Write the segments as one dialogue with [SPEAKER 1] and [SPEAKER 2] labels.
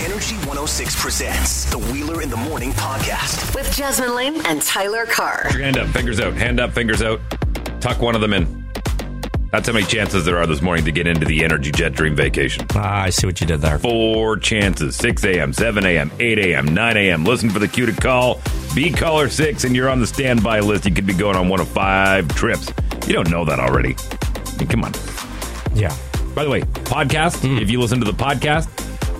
[SPEAKER 1] Energy 106 presents the Wheeler in the Morning podcast.
[SPEAKER 2] with Jasmine Lane and Tyler Carr.
[SPEAKER 3] Hand up, fingers out. Hand up, fingers out. Tuck one of them in. That's how many chances there are this morning to get into the Energy Jet Dream Vacation.
[SPEAKER 4] Ah, I see what you did there.
[SPEAKER 3] Four chances 6 a.m., 7 a.m., 8 a.m., 9 a.m. Listen for the cue to call. Be caller six, and you're on the standby list. You could be going on one of five trips. You don't know that already. I mean, come on.
[SPEAKER 4] Yeah.
[SPEAKER 3] By the way, podcast,
[SPEAKER 4] Hmm.
[SPEAKER 3] if you listen to the podcast,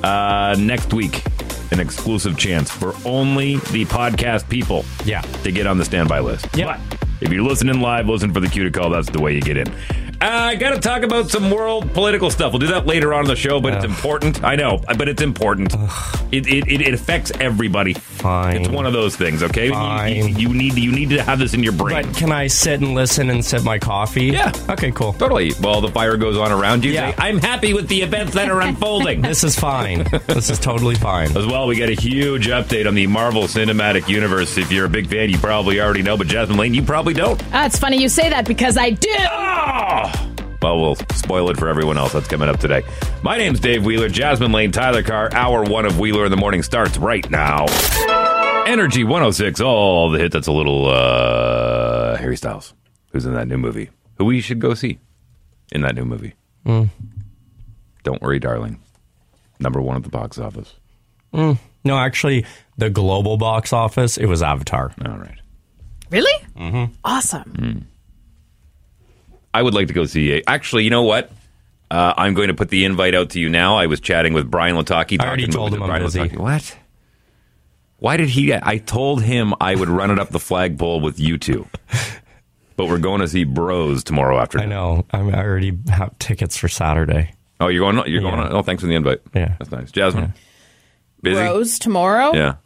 [SPEAKER 3] uh, next week, an exclusive chance for only the podcast people
[SPEAKER 4] Yeah.
[SPEAKER 3] to get on the standby list.
[SPEAKER 4] Yeah.
[SPEAKER 3] But if you're listening live, listen for the cue to call. That's the way you get in. Uh, I got to talk about some world political stuff. We'll do that later on in the show, but it's
[SPEAKER 4] Ugh.
[SPEAKER 3] important. I know, but it's important. It, it, it, it affects everybody.
[SPEAKER 4] Fine.
[SPEAKER 3] It's one of those things, okay? You- You,
[SPEAKER 4] Fine.
[SPEAKER 3] you need, you need to have this in your brain.
[SPEAKER 4] But can I sit and listen and sip my coffee?
[SPEAKER 3] Yeah.
[SPEAKER 4] Okay, cool.
[SPEAKER 3] Totally. While the fire goes on around you,
[SPEAKER 4] Yeah.
[SPEAKER 3] say, I'm happy with the events that are unfolding.
[SPEAKER 4] This is fine. this is totally fine.
[SPEAKER 3] As well, we got a huge update on the Marvel Cinematic Universe. If you're a big fan, you probably already know, but Jasmine Lane, you probably don't.
[SPEAKER 5] Ah, it's funny you say that because I do.
[SPEAKER 3] Oh! Well, we'll spoil it for everyone else that's coming up today. My name's Dave Wheeler, Jasmine Lane, Tyler Carr. Hour one of Wheeler in the Morning starts right now. Energy 106, all the hit that's a little uh, Harry Styles, who's in that new movie, who we should go see in that new movie.
[SPEAKER 4] Mm.
[SPEAKER 3] Don't worry, darling. Number one at the box office.
[SPEAKER 4] Mm. No, actually, the global box office, it was Avatar.
[SPEAKER 3] All right.
[SPEAKER 5] Really? Mm-hmm. Awesome.
[SPEAKER 3] Mm. I would like to go see a. Actually, you know what? Uh, I'm going to put the invite out to you now. I was chatting with Brian Lataki.
[SPEAKER 4] I already
[SPEAKER 3] talking
[SPEAKER 4] told
[SPEAKER 3] with
[SPEAKER 4] him I'm
[SPEAKER 3] Brian
[SPEAKER 4] busy.
[SPEAKER 3] Lataki. What? Why did he? I told him I would run it up the flagpole with you two. But we're going to see Bros tomorrow
[SPEAKER 4] I
[SPEAKER 3] afternoon.
[SPEAKER 4] know. I'm, I already have tickets for Saturday.
[SPEAKER 3] Oh, you're going. You're going.
[SPEAKER 4] Yeah.
[SPEAKER 3] On. Oh, thanks for the invite.
[SPEAKER 4] Yeah.
[SPEAKER 3] that's nice, Jasmine.
[SPEAKER 4] Yeah.
[SPEAKER 3] Busy.
[SPEAKER 5] Rose tomorrow.
[SPEAKER 3] Yeah,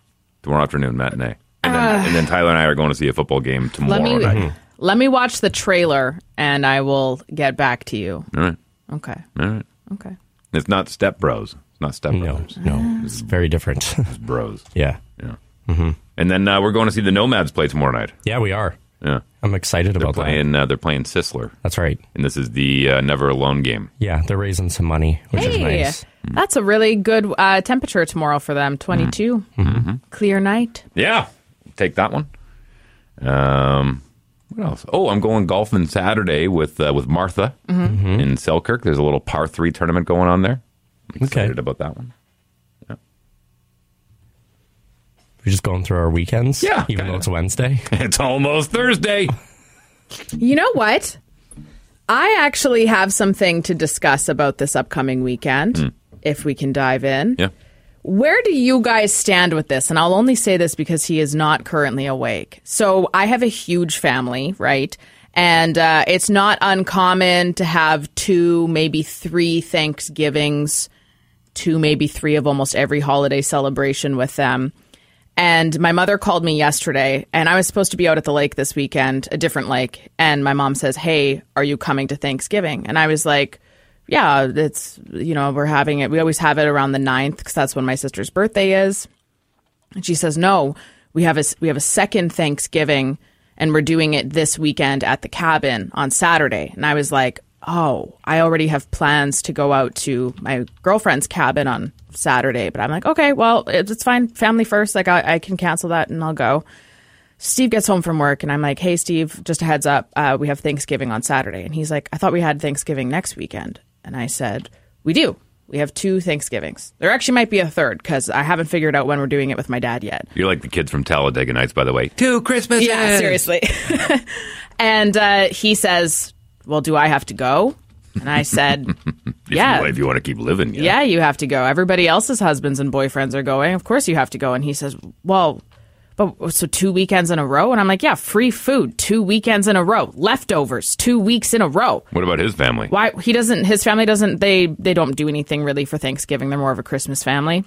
[SPEAKER 3] tomorrow afternoon matinee, and then, and then Tyler and I are going to see a football game tomorrow
[SPEAKER 5] Uh.
[SPEAKER 3] Mm-hmm.
[SPEAKER 5] Let me
[SPEAKER 3] night.
[SPEAKER 5] let me watch the trailer and I will get back to you.
[SPEAKER 3] All right.
[SPEAKER 5] Okay.
[SPEAKER 3] All right.
[SPEAKER 5] Okay.
[SPEAKER 3] It's not Step Bros. It's not Step
[SPEAKER 4] No,
[SPEAKER 3] Brothers.
[SPEAKER 4] no.
[SPEAKER 5] Ah.
[SPEAKER 4] It's very different.
[SPEAKER 3] It's Bros.
[SPEAKER 4] yeah. Mm-hmm.
[SPEAKER 3] Yeah. And then uh, we're going to see the Nomads play tomorrow night.
[SPEAKER 4] Yeah, we are.
[SPEAKER 3] Yeah.
[SPEAKER 4] I'm excited
[SPEAKER 3] They're
[SPEAKER 4] about that.
[SPEAKER 3] playing. Uh, they're playing Sisler,
[SPEAKER 4] That's right.
[SPEAKER 3] and this is the uh, Never Alone game.
[SPEAKER 4] Yeah, they're raising some money, which is
[SPEAKER 5] Hey,
[SPEAKER 4] nice. Mm.
[SPEAKER 5] that's a really good uh, temperature tomorrow for them. Twenty-two,
[SPEAKER 3] Mm-hmm.
[SPEAKER 4] Mm-hmm.
[SPEAKER 5] clear night.
[SPEAKER 3] Yeah, take that one. Um, what else? Oh, I'm going golfing Saturday with uh, with Martha
[SPEAKER 5] Mm-hmm.
[SPEAKER 3] in Selkirk. There's a little par three tournament going on there. I'm excited about that one.
[SPEAKER 4] We're just going through our weekends.
[SPEAKER 3] Yeah,
[SPEAKER 4] Even
[SPEAKER 3] kinda.
[SPEAKER 4] though it's Wednesday.
[SPEAKER 3] It's almost Thursday.
[SPEAKER 5] You know what? I actually have something to discuss about this upcoming weekend, if we can dive in.
[SPEAKER 3] yeah.
[SPEAKER 5] Where do you guys stand with this? And I'll only say this because he is not currently awake. So I have a huge family, right? And uh, it's not uncommon to have two, maybe three Thanksgivings, two, maybe three of almost every holiday celebration with them. And my mother called me yesterday, and I was supposed to be out at the lake this weekend, a different lake. And my mom says, Hey, are you coming to Thanksgiving? And I was like, Yeah, it's, you know, we're having it. We always have it around the 9th because that's when my sister's birthday is. And she says, "No, we have a we have a second Thanksgiving, and we're doing it this weekend at the cabin on Saturday." And I was like, "Oh, I already have plans to go out to my girlfriend's cabin on Saturday." But I'm like, "Okay, well, it's it's fine. Family first. Like, I, I can cancel that, and I'll go." Steve gets home from work, and I'm like, "Hey, Steve, just a heads up, uh, we have Thanksgiving on Saturday." And he's like, "I thought we had Thanksgiving next weekend." And I said, "We do. We have two Thanksgivings. There actually might be a third because I haven't figured out when we're doing it with my dad yet."
[SPEAKER 3] You're like the kids from Talladega Nights, by the way. Two Christmas.
[SPEAKER 5] Yeah, seriously. and uh, he says, "Well, do I have to go?" And I said, "Yeah,
[SPEAKER 3] If you want to keep living, yeah.
[SPEAKER 5] yeah, you have to go. Everybody else's husbands and boyfriends are going. Of course, you have to go." And he says, "Well." But so two weekends in a row, and I'm like, yeah, free food, two weekends in a row, leftovers, two weeks in a row.
[SPEAKER 3] What about his family?
[SPEAKER 5] Why he doesn't? His family doesn't. They they don't do anything really for Thanksgiving. They're more of a Christmas family.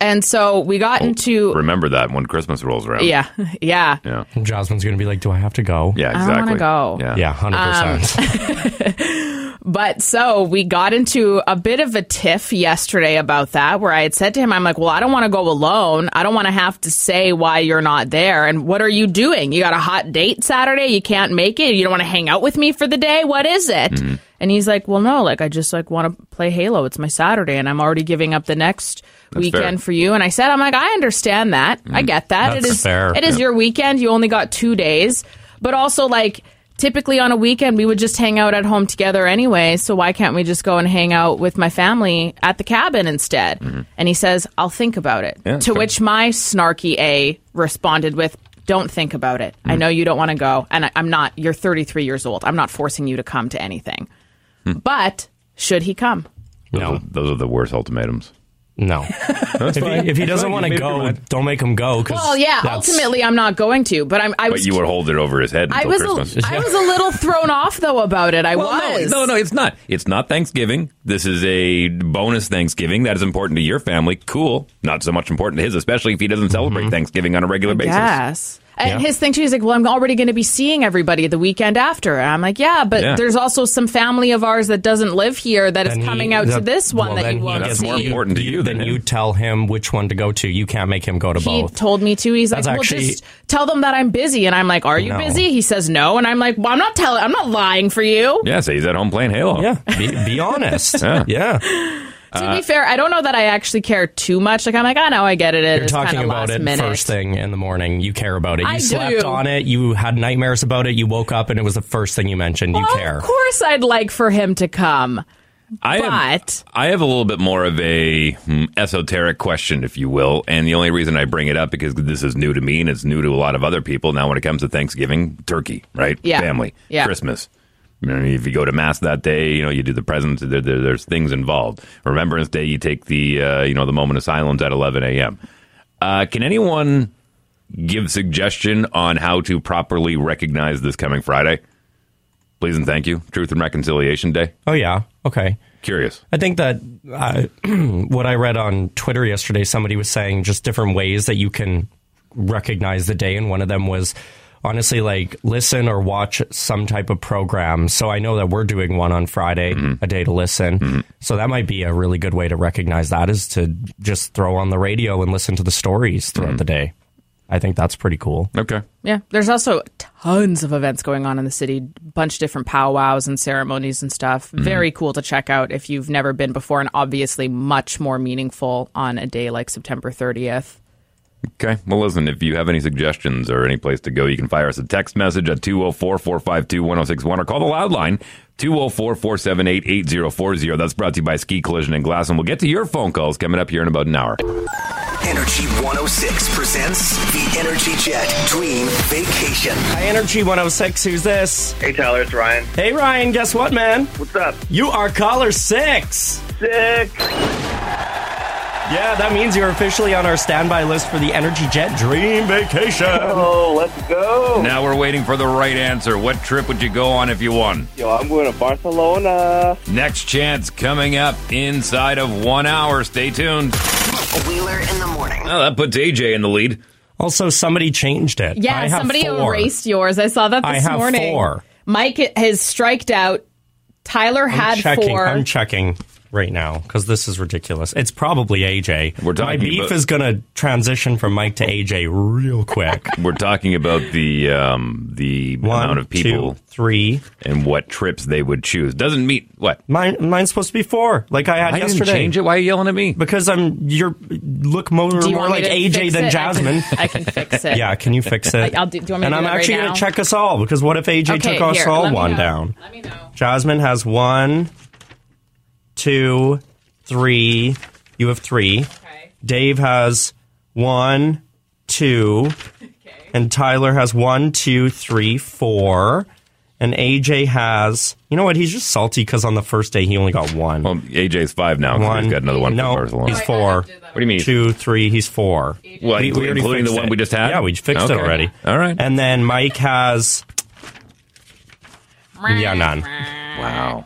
[SPEAKER 5] And so we got into
[SPEAKER 3] Oh, Remember that when Christmas rolls around.
[SPEAKER 5] yeah, yeah,
[SPEAKER 3] Yeah.
[SPEAKER 4] And Jasmine's going to be like, do I have to go?
[SPEAKER 3] Yeah.
[SPEAKER 5] I don't
[SPEAKER 3] Exactly.
[SPEAKER 5] wanna go.
[SPEAKER 3] Yeah.
[SPEAKER 4] Yeah, 100%.
[SPEAKER 5] Um, But so we got into a bit of a tiff yesterday about that, where I had said to him, I'm like, well, I don't want to go alone. I don't want to have to say why you're not there. And what are you doing? You got a hot date Saturday. You can't make it. You don't want to hang out with me for the day. What is it?
[SPEAKER 3] Mm-hmm.
[SPEAKER 5] And he's like, well, no, like I just like want to play Halo. It's my Saturday and I'm already giving up the next weekend
[SPEAKER 3] fair. Mm.
[SPEAKER 5] for you. And I said, I'm like, I understand that. I get that. it
[SPEAKER 4] That's
[SPEAKER 5] is
[SPEAKER 4] fair.
[SPEAKER 5] It is your weekend. You only got two days. But also, like, typically on a weekend, we would just hang out at home together anyway. So why can't we just go and hang out with my family at the cabin instead? And he says, I'll think about it.
[SPEAKER 3] Mm-hmm. Yeah,
[SPEAKER 5] to
[SPEAKER 3] fair.
[SPEAKER 5] which my snarky A responded with, don't think about it.
[SPEAKER 3] Mm.
[SPEAKER 5] I know you don't want to go. And I, I'm not, you're 33 years old. I'm not forcing you to come to anything.
[SPEAKER 3] Hmm.
[SPEAKER 5] But should he come?
[SPEAKER 3] Those,
[SPEAKER 4] No.
[SPEAKER 3] are, those are the worst ultimatums.
[SPEAKER 4] No. if, he, if he doesn't want to go, don't make him go. 'cause
[SPEAKER 5] Well, yeah,
[SPEAKER 4] that's-
[SPEAKER 5] ultimately I'm not going to, but I'm, I
[SPEAKER 3] But
[SPEAKER 5] was
[SPEAKER 3] you would hold it over his head
[SPEAKER 5] I
[SPEAKER 3] until
[SPEAKER 5] was
[SPEAKER 3] Christmas.
[SPEAKER 5] a, I was a little thrown off though about it. I
[SPEAKER 3] Well,
[SPEAKER 5] was.
[SPEAKER 3] No, no, no, it's not. It's not Thanksgiving. This is a bonus Thanksgiving that is important to your family. Cool. Not so much important to his, especially if he doesn't celebrate Thanksgiving on a regular basis.
[SPEAKER 5] Yes. And
[SPEAKER 4] Mm-hmm. Yeah.
[SPEAKER 5] his thing too, he's like, well, I'm already going to be seeing everybody the weekend after. And I'm like, yeah, but
[SPEAKER 3] Yeah.
[SPEAKER 5] there's also some family of ours that doesn't live here that is
[SPEAKER 4] then he-
[SPEAKER 5] coming out to
[SPEAKER 4] that-
[SPEAKER 5] this one
[SPEAKER 4] well,
[SPEAKER 5] that
[SPEAKER 4] then
[SPEAKER 5] you
[SPEAKER 4] he
[SPEAKER 5] won't
[SPEAKER 4] gets-
[SPEAKER 3] That's
[SPEAKER 5] see.
[SPEAKER 3] more important to you
[SPEAKER 4] Then
[SPEAKER 3] than
[SPEAKER 4] you
[SPEAKER 3] him.
[SPEAKER 4] tell him which one to go to. You can't make him go to
[SPEAKER 5] He
[SPEAKER 4] both.
[SPEAKER 5] told me to. He's
[SPEAKER 4] That's
[SPEAKER 5] like, well,
[SPEAKER 4] actually-
[SPEAKER 5] just tell them that I'm busy. And I'm like, are you
[SPEAKER 4] No.
[SPEAKER 5] busy? He says no. And I'm like, well, I'm not telling. I'm not lying for you.
[SPEAKER 3] Yeah, so he's at home playing Halo.
[SPEAKER 4] yeah. Be, be honest.
[SPEAKER 3] Yeah.
[SPEAKER 4] yeah.
[SPEAKER 5] to
[SPEAKER 3] Uh,
[SPEAKER 5] be fair, I don't know that I actually care too much. Like I'm like, I know I get it.
[SPEAKER 4] You're
[SPEAKER 5] it's
[SPEAKER 4] talking
[SPEAKER 5] kinda
[SPEAKER 4] about
[SPEAKER 5] last
[SPEAKER 4] it
[SPEAKER 5] minute.
[SPEAKER 4] first thing in the morning. You care about it. You
[SPEAKER 5] I
[SPEAKER 4] slept
[SPEAKER 5] do.
[SPEAKER 4] on it. You had nightmares about it. You woke up and it was the first thing you mentioned. you
[SPEAKER 5] Well,
[SPEAKER 4] care.
[SPEAKER 5] Of course, I'd like for him to come.
[SPEAKER 3] I
[SPEAKER 5] But-
[SPEAKER 3] have, I have a little bit more of a hmm, esoteric question, if you will, and the only reason I bring it up because this is new to me and it's new to a lot of other people. Now, when it comes to Thanksgiving, turkey, right?
[SPEAKER 5] Yeah.
[SPEAKER 3] Family,
[SPEAKER 5] Yeah.
[SPEAKER 3] Christmas. You know, if you go to mass that day, you know you do the presents. There, there, there's things involved. Remembrance Day, you take the uh, you know the moment of silence at 11 a.m. Uh, can anyone give suggestion on how to properly recognize this coming Friday? Please and thank you. Truth and Reconciliation Day.
[SPEAKER 4] Oh, yeah. Okay.
[SPEAKER 3] Curious.
[SPEAKER 4] I think that uh, what I read on Twitter yesterday, somebody was saying just different ways that you can recognize the day, and one of them was honestly like listen or watch some type of program. So I know that we're doing one on Friday,
[SPEAKER 3] Mm-hmm.
[SPEAKER 4] a day to listen. So that might be a really good way to recognize that is to just throw on the radio and listen to the stories throughout the day. I think that's pretty cool.
[SPEAKER 3] Mm-hmm. Okay.
[SPEAKER 5] Yeah, there's also tons of events going on in the city, bunch of different powwows and ceremonies and stuff.
[SPEAKER 4] Mm-hmm.
[SPEAKER 5] Very cool to check out if you've never been before, and obviously much more meaningful on a day like September 30th.
[SPEAKER 3] Okay. Well, listen, if you have any suggestions or any place to go, you can fire us a text message at 204 452 1061 or call the oh loud line 204 478 8040. That's brought to you by Ski Collision and Glass. And we'll get to your phone calls coming up here in about an hour.
[SPEAKER 1] Energy 106 presents the Energy Jet Dream Vacation.
[SPEAKER 4] Hi, Energy 106. Who's this?
[SPEAKER 6] Hey Tyler, it's Ryan.
[SPEAKER 4] Hey, Ryan. Guess what, man?
[SPEAKER 6] What's up?
[SPEAKER 4] You are caller six.
[SPEAKER 6] Sick.
[SPEAKER 4] Yeah, that means you're officially on our standby list for the Energy Jet Dream Vacation.
[SPEAKER 6] Oh, let's go.
[SPEAKER 3] Now we're waiting for the right answer. What trip would you go on if you won?
[SPEAKER 6] Yo, I'm going to Barcelona.
[SPEAKER 3] Next chance coming up inside of one hour. Stay tuned.
[SPEAKER 2] Wheeler in the morning.
[SPEAKER 3] Oh, that puts AJ in the lead.
[SPEAKER 4] Also, somebody changed it. I
[SPEAKER 5] Yeah,
[SPEAKER 4] have
[SPEAKER 5] somebody
[SPEAKER 4] four.
[SPEAKER 5] erased yours. I saw that this
[SPEAKER 4] I have
[SPEAKER 5] morning.
[SPEAKER 4] four.
[SPEAKER 5] Mike has striked out. Tyler
[SPEAKER 4] I'm
[SPEAKER 5] had
[SPEAKER 4] checking.
[SPEAKER 5] four.
[SPEAKER 4] I'm checking right now because this is ridiculous. It's probably AJ.
[SPEAKER 3] We're talking
[SPEAKER 4] My beef
[SPEAKER 3] about-
[SPEAKER 4] is going to transition from Mike to AJ real quick.
[SPEAKER 3] We're talking about the um, the
[SPEAKER 4] One,
[SPEAKER 3] amount of people
[SPEAKER 4] two, three.
[SPEAKER 3] and what trips they would choose. Doesn't meet what?
[SPEAKER 4] Mine, mine's supposed to be four, like I had
[SPEAKER 3] I
[SPEAKER 4] yesterday.
[SPEAKER 3] didn't change it. Why are you yelling at me?
[SPEAKER 4] Because I'm you're look more,
[SPEAKER 5] Do you
[SPEAKER 4] more
[SPEAKER 5] want me
[SPEAKER 4] like
[SPEAKER 5] to
[SPEAKER 4] AJ
[SPEAKER 5] fix
[SPEAKER 4] than
[SPEAKER 5] it? I can-
[SPEAKER 4] Jasmine.
[SPEAKER 5] I can, fix it.
[SPEAKER 4] yeah, can you fix it?
[SPEAKER 5] I- I'll do- do you want me
[SPEAKER 4] and
[SPEAKER 5] to do
[SPEAKER 4] I'm
[SPEAKER 5] that right
[SPEAKER 4] actually
[SPEAKER 5] now?
[SPEAKER 4] gonna check us all because what if AJ
[SPEAKER 5] Okay,
[SPEAKER 4] took us
[SPEAKER 5] here, let
[SPEAKER 4] all
[SPEAKER 5] me
[SPEAKER 4] one
[SPEAKER 5] know.
[SPEAKER 4] down?
[SPEAKER 5] Let me know.
[SPEAKER 4] Jasmine has one, two, three. You have three.
[SPEAKER 5] Okay.
[SPEAKER 4] Dave has one, two,
[SPEAKER 5] Okay.
[SPEAKER 4] and Tyler has one, two, three, four. And AJ has, you know what? He's just salty because on the first day he only got one.
[SPEAKER 3] Well, AJ's five now. 'cause He's got another one
[SPEAKER 4] No,
[SPEAKER 3] for Barcelona.
[SPEAKER 4] he's four.
[SPEAKER 3] what do you mean?
[SPEAKER 4] Two, three. He's four.
[SPEAKER 3] What,
[SPEAKER 4] We- we already
[SPEAKER 3] including the
[SPEAKER 4] fixed
[SPEAKER 3] one
[SPEAKER 4] it.
[SPEAKER 3] we just had?
[SPEAKER 4] Yeah, we fixed
[SPEAKER 3] Okay.
[SPEAKER 4] it already.
[SPEAKER 3] All right.
[SPEAKER 4] And then Mike has. Yeah, none.
[SPEAKER 3] wow.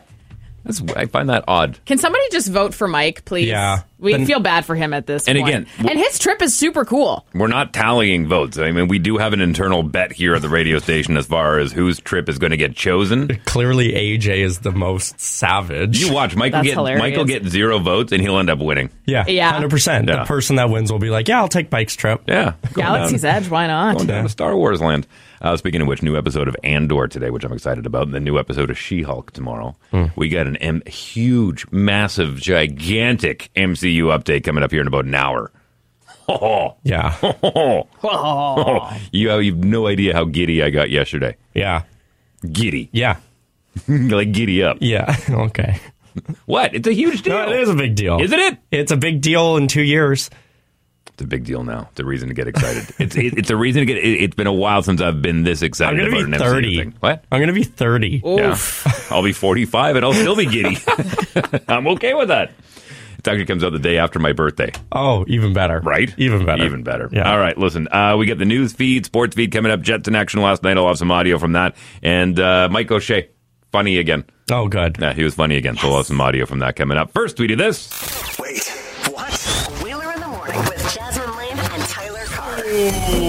[SPEAKER 3] That's, I find that odd.
[SPEAKER 5] Can somebody just vote for Mike, please?
[SPEAKER 4] Yeah.
[SPEAKER 5] We
[SPEAKER 4] Then-
[SPEAKER 5] feel bad for him at this
[SPEAKER 3] And
[SPEAKER 5] point.
[SPEAKER 3] again, w-
[SPEAKER 5] and his trip is super cool.
[SPEAKER 3] We're not tallying votes. I mean, we do have an internal bet here at the radio station as far as whose trip is going to get chosen.
[SPEAKER 4] Clearly, AJ is the most savage.
[SPEAKER 3] You watch Michael
[SPEAKER 5] That's
[SPEAKER 3] get
[SPEAKER 5] hilarious.
[SPEAKER 3] Michael get zero votes and he'll end up winning.
[SPEAKER 4] yeah,
[SPEAKER 5] Yeah.
[SPEAKER 4] hundred percent.
[SPEAKER 3] Yeah.
[SPEAKER 4] The person that wins will be like, "Yeah, I'll take Mike's trip."
[SPEAKER 3] Yeah, Going
[SPEAKER 5] Galaxy's
[SPEAKER 3] down,
[SPEAKER 5] Edge, why not?
[SPEAKER 3] going down to Star Wars land. Uh, speaking of which, new episode of Andor today, which I'm excited about, and the new episode of She Hulk tomorrow.
[SPEAKER 4] Hmm.
[SPEAKER 3] We got an M- huge, massive, gigantic MCU update coming up here in about an hour.
[SPEAKER 4] Yeah,
[SPEAKER 3] Oh, You have, you have no idea how giddy I got yesterday.
[SPEAKER 4] yeah,
[SPEAKER 3] Giddy,
[SPEAKER 4] yeah,
[SPEAKER 3] like giddy up.
[SPEAKER 4] yeah. okay,
[SPEAKER 3] What? It's a huge deal.
[SPEAKER 4] no, it is a big deal,
[SPEAKER 3] Isn't it?
[SPEAKER 4] It's a big deal in two years.
[SPEAKER 3] It's a big deal now. It's a reason to get excited. it's it, it's a reason to get. It, it's been a while since I've been this
[SPEAKER 4] I'm
[SPEAKER 3] excited
[SPEAKER 4] gonna
[SPEAKER 3] about
[SPEAKER 4] be
[SPEAKER 3] an MCU
[SPEAKER 4] thirty.
[SPEAKER 3] thing. What?
[SPEAKER 4] I'm gonna be thirty.
[SPEAKER 5] Oof.
[SPEAKER 3] Yeah. I'll be 45 and I'll still be giddy. I'm okay with that. It actually comes out the day after my birthday,
[SPEAKER 4] Oh, even better.
[SPEAKER 3] right?
[SPEAKER 4] Even better.
[SPEAKER 3] Even better.
[SPEAKER 4] Yeah.
[SPEAKER 3] All right, listen. Uh, we got the news feed, sports feed coming up. Jets in action last night. I'll have some audio from that. And uh, Mike O'Shea, funny again.
[SPEAKER 4] Oh, good.
[SPEAKER 3] Yeah, he was funny again. So we'll have some audio from that coming up. First, we do this.
[SPEAKER 1] Wait, what?
[SPEAKER 2] Wheeler in the morning with Jasmine Lane and Tyler Carr.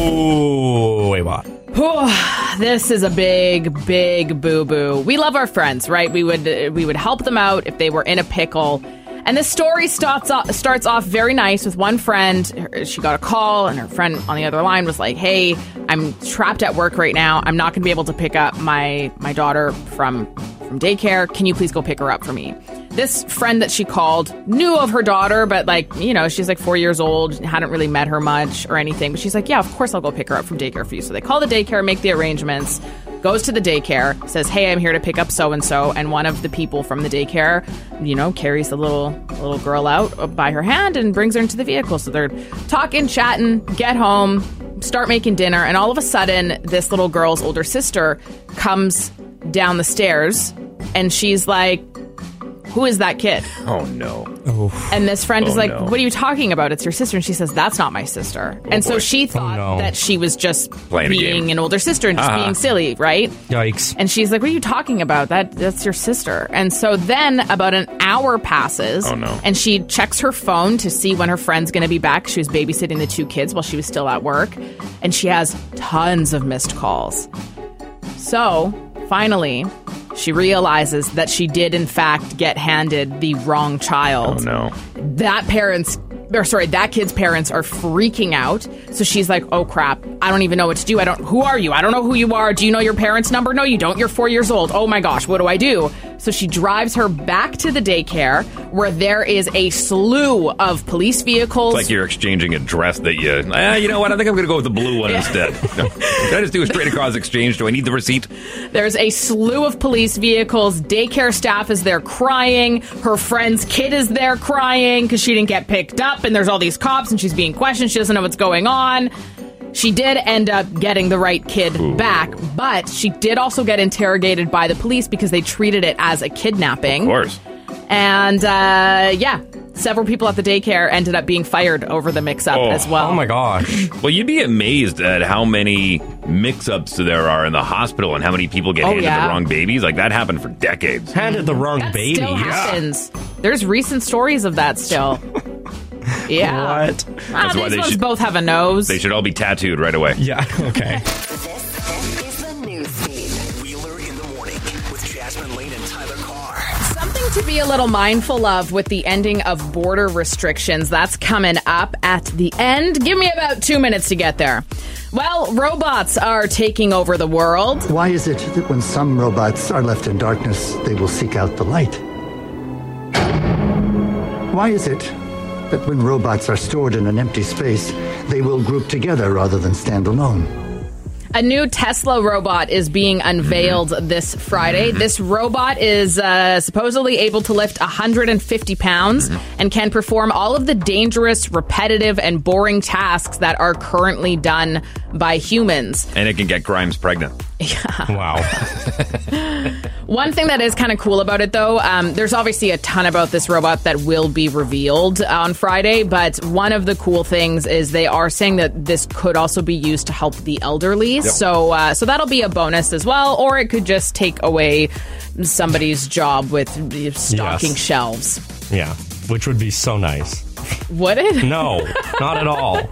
[SPEAKER 4] Ooh, wait, what?
[SPEAKER 5] This is a big, big boo boo. We love our friends, right? We would uh, we would help them out if they were in a pickle. And this story starts off, starts off very nice with one friend. Her- She got a call, and her friend on the other line was like, "Hey, I'm trapped at work right now. I'm not going to be able to pick up my my daughter from from daycare. Can you please go pick her up for me?" This friend that she called knew of her daughter, but like you know, she's like four years old, hadn't really met her much or anything. But she's like, "Yeah, of course I'll go pick her up from daycare for you." So they call the daycare, make the arrangements goes to the daycare, says, "Hey, I'm here to pick up so and so," and one of the people from the daycare, you know, carries the little little girl out by her hand and brings her into the vehicle. So they're talking, chatting, get home, start making dinner, and all of a sudden, this little girl's older sister comes down the stairs, and she's like. Who is that kid?
[SPEAKER 3] Oh, no.
[SPEAKER 5] And this friend is
[SPEAKER 3] Oh,
[SPEAKER 5] like,
[SPEAKER 3] no. Oh,
[SPEAKER 5] What are you talking about? It's your sister. And she says, That's not my sister. and
[SPEAKER 3] boy.
[SPEAKER 5] so she thought
[SPEAKER 4] no.
[SPEAKER 5] that she was just
[SPEAKER 3] Playing a game.
[SPEAKER 5] being an older sister and just
[SPEAKER 3] Uh-huh.
[SPEAKER 5] being silly, right?
[SPEAKER 4] Yikes.
[SPEAKER 5] And she's like, "What are you talking about? That that's your sister." And so then about an hour passes.
[SPEAKER 3] Oh, no.
[SPEAKER 5] And she checks her phone to see when her friend's going to be back. She was babysitting the two kids while she was still at work, and she has tons of missed calls. So, finally, she realizes that she did in fact get handed the wrong
[SPEAKER 3] Oh,
[SPEAKER 5] child
[SPEAKER 3] no.
[SPEAKER 5] that parents or sorry that kid's parents are freaking out so she's like oh crap i don't even know what to do i don't who are you i don't know who you are do you know your parents number no you don't you're four years old oh my gosh what do i do so she drives her back to the daycare where there is a slew of police vehicles
[SPEAKER 3] It's like you're exchanging a dress that you. Ah, you know what? I think I'm going to go with the blue one instead. No. Can I just do a straight across exchange? Do I need the receipt?
[SPEAKER 5] There's a slew of police vehicles. Daycare staff is there crying. Her friend's kid is there crying because she didn't get picked up. And there's all these cops and she's being questioned. She doesn't know what's going on. She did end up getting the right kid back, but she did also get interrogated by the police because they treated it as a kidnapping.
[SPEAKER 3] Of course.
[SPEAKER 5] And uh, yeah, several people at the daycare ended up being fired over the mix up
[SPEAKER 3] Oh.
[SPEAKER 5] as well.
[SPEAKER 4] Oh my gosh.
[SPEAKER 3] Well, you'd be amazed at how many mix ups there are in the hospital and how many people get
[SPEAKER 5] Oh,
[SPEAKER 3] handed
[SPEAKER 5] yeah.
[SPEAKER 3] the wrong babies. Like, that happened for decades.
[SPEAKER 4] Handed the wrong
[SPEAKER 5] That
[SPEAKER 4] baby.
[SPEAKER 5] still happens. There's recent stories of that still. Yeah.
[SPEAKER 4] What?
[SPEAKER 5] Ah,
[SPEAKER 3] That's why
[SPEAKER 5] these
[SPEAKER 3] they
[SPEAKER 5] ones
[SPEAKER 3] should-
[SPEAKER 5] both have a nose.
[SPEAKER 3] They should all be tattooed right away.
[SPEAKER 4] Yeah, okay.
[SPEAKER 2] This is the news feed.
[SPEAKER 1] Wheeler in the morning with Jasmine Lane and Tyler Carr.
[SPEAKER 5] Something to be a little mindful of with the ending of border restrictions. That's coming up at the end. Give me about two minutes to get there. Well, robots are taking over the world.
[SPEAKER 7] Why is it that when some robots are left in darkness, they will seek out the light? Why is it that when robots are stored in an empty space, they will group together rather than stand alone?
[SPEAKER 5] A new Tesla robot is being unveiled this Friday. This robot is uh, supposedly able to lift 150 pounds and can perform all of the dangerous, repetitive, and boring tasks that are currently done by humans.
[SPEAKER 3] And it can get Grimes pregnant.
[SPEAKER 4] Wow.
[SPEAKER 5] One thing that is kind of cool about it, though, um, there's obviously a ton about this robot that will be revealed on Friday. But one of the cool things is they are saying that this could also be used to help the elderly. So, uh, so that'll be a bonus as well, or it could just take away somebody's job with uh, stocking
[SPEAKER 4] Yes.
[SPEAKER 5] shelves.
[SPEAKER 4] Yeah. Which would be so nice.
[SPEAKER 5] Would it?
[SPEAKER 4] No, not at all.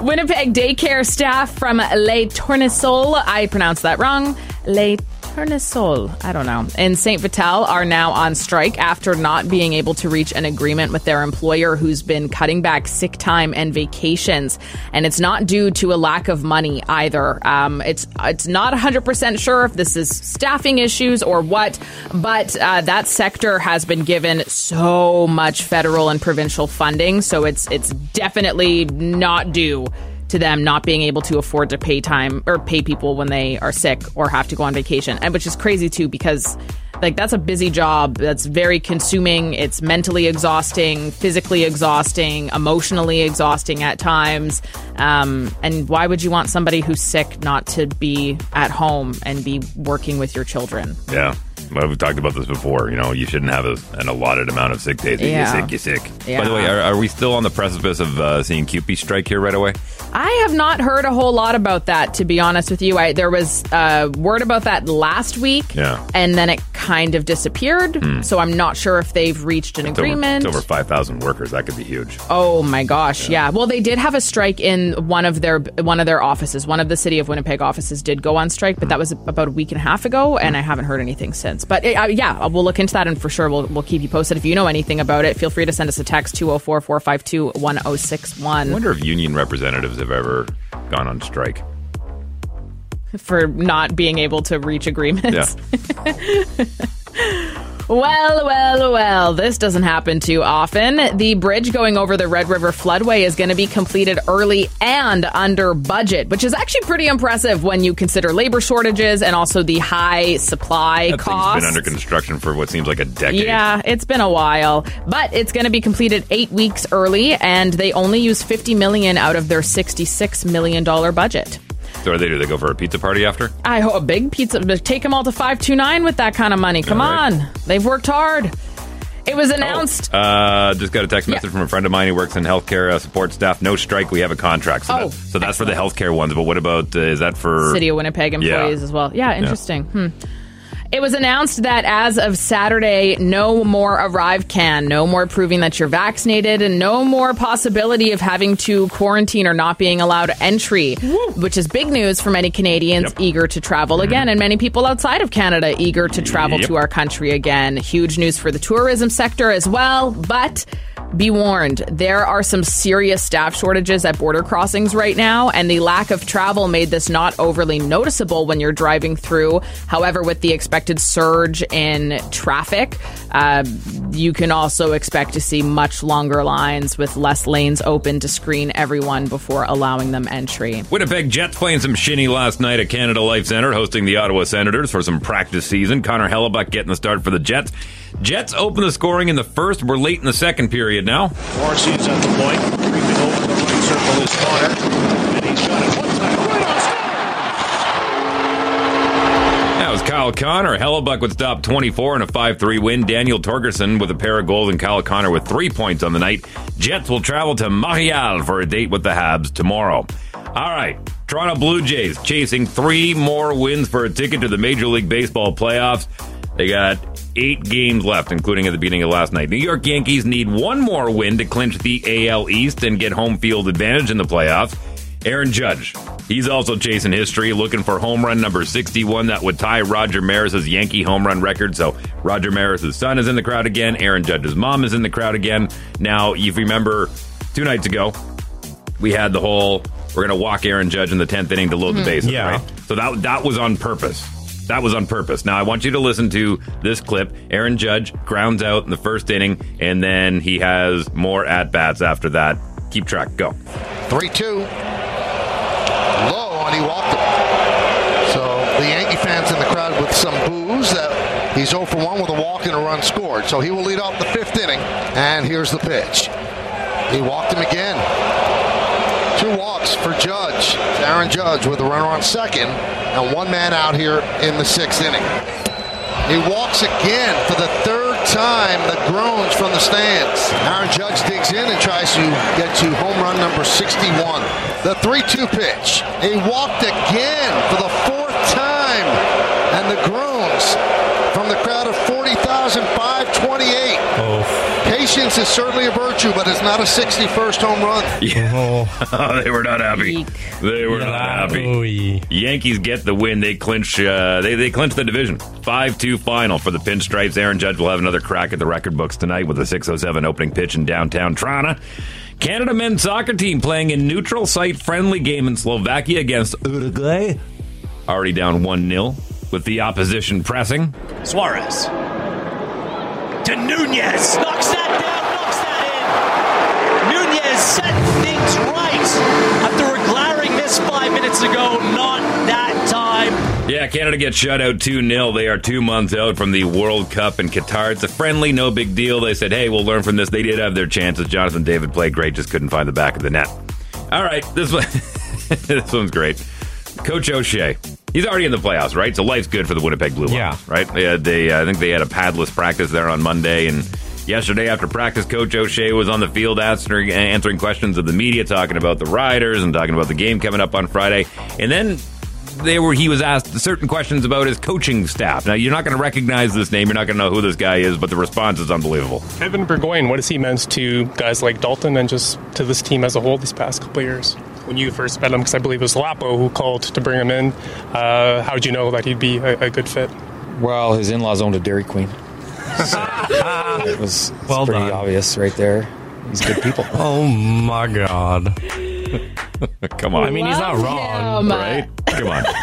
[SPEAKER 5] Winnipeg daycare staff from Les Tournesols, I pronounced that wrong. Les Tournesols, I don't know, in St. Vital are now on strike after not being able to reach an agreement with their employer who's been cutting back sick time and vacations. And it's not due to a lack of money either. Um, it's, it's not 100% sure if this is staffing issues or what, but uh, that sector has been given so much federal and provincial funding. So it's, it's definitely not due to them not being able to afford to pay time or pay people when they are sick or have to go on vacation, and which is crazy too because like that's a busy job that's very consuming. It's mentally exhausting, physically exhausting, emotionally exhausting at times. Um, and why would you want somebody who's sick not to be at home and be working with your children?
[SPEAKER 3] Yeah. Well, we've talked about this before. You know, you shouldn't have a, an allotted amount of sick days. If
[SPEAKER 5] Yeah.
[SPEAKER 3] You're sick, you're sick. By
[SPEAKER 5] Yeah.
[SPEAKER 3] the way, are, are we still on the precipice of uh, seeing QP strike here right away?
[SPEAKER 5] I have not heard a whole lot about that, to be honest with you. I, there was uh, word about that last week,
[SPEAKER 3] Yeah.
[SPEAKER 5] and then it kind of disappeared. So I'm not sure Hmm. if they've reached an
[SPEAKER 3] It's over,
[SPEAKER 5] agreement.
[SPEAKER 3] it's over 5,000 workers. That could be huge.
[SPEAKER 5] Oh my gosh, yeah. Well, they did have a strike in one of their one of their offices. One of the city of Winnipeg offices did go on strike, but that was about a week and a half ago, and I haven't heard anything since. But uh, yeah, we'll look into that, and for sure we'll we'll keep you posted. If you know anything about it, feel free to send us a text 204-452-1061.
[SPEAKER 3] I wonder if union representatives have ever gone on strike.
[SPEAKER 5] for not being able to reach agreements.
[SPEAKER 3] Yeah.
[SPEAKER 5] Well, well, well, this doesn't happen too often. The bridge going over the Red River floodway is going to be completed early and under budget, which is actually pretty impressive when you consider labor shortages and also the high supply
[SPEAKER 3] That
[SPEAKER 5] costs.
[SPEAKER 3] thing's been under construction for what seems like a decade.
[SPEAKER 5] Yeah, it's been a while, but it's going to be completed 8 weeks early and they only use 50 million out of their 66 million dollar budget.
[SPEAKER 3] So what do they do? They go for a pizza party after?
[SPEAKER 5] I hope a big pizza. but Take them all to 529 with that kind of money. Come
[SPEAKER 3] All right. Oh.
[SPEAKER 5] on. They've worked hard. It was announced.
[SPEAKER 3] Uh, just got a text message
[SPEAKER 5] Yeah.
[SPEAKER 3] from a friend of mine who works in healthcare uh, support staff. No strike. We have a contract. So,
[SPEAKER 5] Oh,
[SPEAKER 3] that's, so that's for the healthcare ones. But what about, uh, is that for
[SPEAKER 5] City of Winnipeg employees
[SPEAKER 3] Yeah.
[SPEAKER 5] as well. Yeah, interesting. Hmm. It was announced that as of Saturday, no more arrive can, no more proving that you're vaccinated, and no more possibility of having to quarantine or not being allowed entry, which is big news for many Canadians
[SPEAKER 3] Yep. Mm-hmm.
[SPEAKER 5] eager to travel again, and many people outside of Canada eager to travel
[SPEAKER 3] Yep.
[SPEAKER 5] to our country again. Huge news for the tourism sector as well, but. Be warned, there are some serious staff shortages at border crossings right now, and the lack of travel made this not overly noticeable when you're driving through. However, with the expected surge in traffic, uh, you can also expect to see much longer lines with less lanes open to screen everyone before allowing them entry.
[SPEAKER 3] Winnipeg Jets playing some shinny last night at Canada Life Center, hosting the Ottawa Senators for some practice season. Connor Hellebuck getting the start for the Jets. Jets open the scoring in the first. We're late in the second period now.
[SPEAKER 8] Marcy's at the point. Creeping over the right circle is Connor. And he's got it one time right on score.
[SPEAKER 3] That was Kyle Connor. Hellebuck would stop 24 in a 5 3 win. Daniel Torgerson with a pair of goals, and Kyle Connor with three points on the night. Jets will travel to Montreal for a date with the Habs tomorrow. All right. Toronto Blue Jays chasing three more wins for a ticket to the Major League Baseball playoffs. They got eight games left, including at the beginning of last night. New York Yankees need one more win to clinch the AL East and get home field advantage in the playoffs. Aaron Judge. He's also chasing history, looking for home run number 61 that would tie Roger Maris's Yankee home run record. So Roger Maris's son is in the crowd again. Aaron Judge's mom is in the crowd again. Now, if you remember two nights ago, we had the whole we're going to walk Aaron Judge in the 10th inning to load the bases.
[SPEAKER 4] Yeah.
[SPEAKER 3] Right? So that, that was on purpose. That was on purpose. Now, I want you to listen to this clip. Aaron Judge grounds out in the first inning, and then he has more at bats after that. Keep track. Go.
[SPEAKER 9] 3 2. Low, and he walked him. So the Yankee fans in the crowd with some boos that he's 0 for 1 with a walk and a run scored. So he will lead off the fifth inning, and here's the pitch. He walked him again. Two walks for Judge. Aaron Judge with a runner on second, and one man out here in the sixth inning. He walks again for the third time. The groans from the stands. Aaron Judge digs in and tries to get to home run number 61. The 3 2 pitch. He walked again for the fourth time. And the groans from the crowd of 40,528.
[SPEAKER 4] Oh,
[SPEAKER 9] Case Patience is certainly a virtue, but it's not a 61st home run.
[SPEAKER 3] they were not happy.
[SPEAKER 5] Eek.
[SPEAKER 3] They were not happy.
[SPEAKER 4] Oy.
[SPEAKER 3] Yankees get the win. They clinch. Uh, they they clinch the division. Five two final for the Pinstripes. Aaron Judge will have another crack at the record books tonight with a six oh seven opening pitch in downtown Toronto. Canada men's soccer team playing a neutral site friendly game in Slovakia against Uruguay. Already down one 0 with the opposition pressing.
[SPEAKER 8] Suarez. To Nunez. Knocks that down, knocks that in. Nunez set things right after glaring this five minutes ago. Not that time.
[SPEAKER 3] Yeah, Canada gets shut out 2 0. They are two months out from the World Cup in Qatar. It's a friendly, no big deal. They said, hey, we'll learn from this. They did have their chances. Jonathan David played great, just couldn't find the back of the net. All right, this one, this one's great. Coach O'Shea, he's already in the playoffs, right? So life's good for the Winnipeg Blue Bombers,
[SPEAKER 4] Yeah.
[SPEAKER 3] right? Yeah, they, uh, I think they had a padless practice there on Monday, and yesterday after practice, Coach O'Shea was on the field answering, answering questions of the media, talking about the Riders and talking about the game coming up on Friday, and then they were he was asked certain questions about his coaching staff. Now you're not going to recognize this name, you're not going to know who this guy is, but the response is unbelievable.
[SPEAKER 10] Evan Burgoyne, what has he meant to guys like Dalton and just to this team as a whole these past couple of years? When you first met him, because I believe it was Lapo who called to bring him in, uh, how'd you know that he'd be a, a good fit?
[SPEAKER 11] Well, his in-laws owned a Dairy Queen. So it was it's
[SPEAKER 4] Well
[SPEAKER 11] pretty
[SPEAKER 4] done.
[SPEAKER 11] obvious right there. He's good people.
[SPEAKER 4] Oh my god.
[SPEAKER 3] Come on,
[SPEAKER 4] I mean, he's not wrong.
[SPEAKER 3] right? Come on.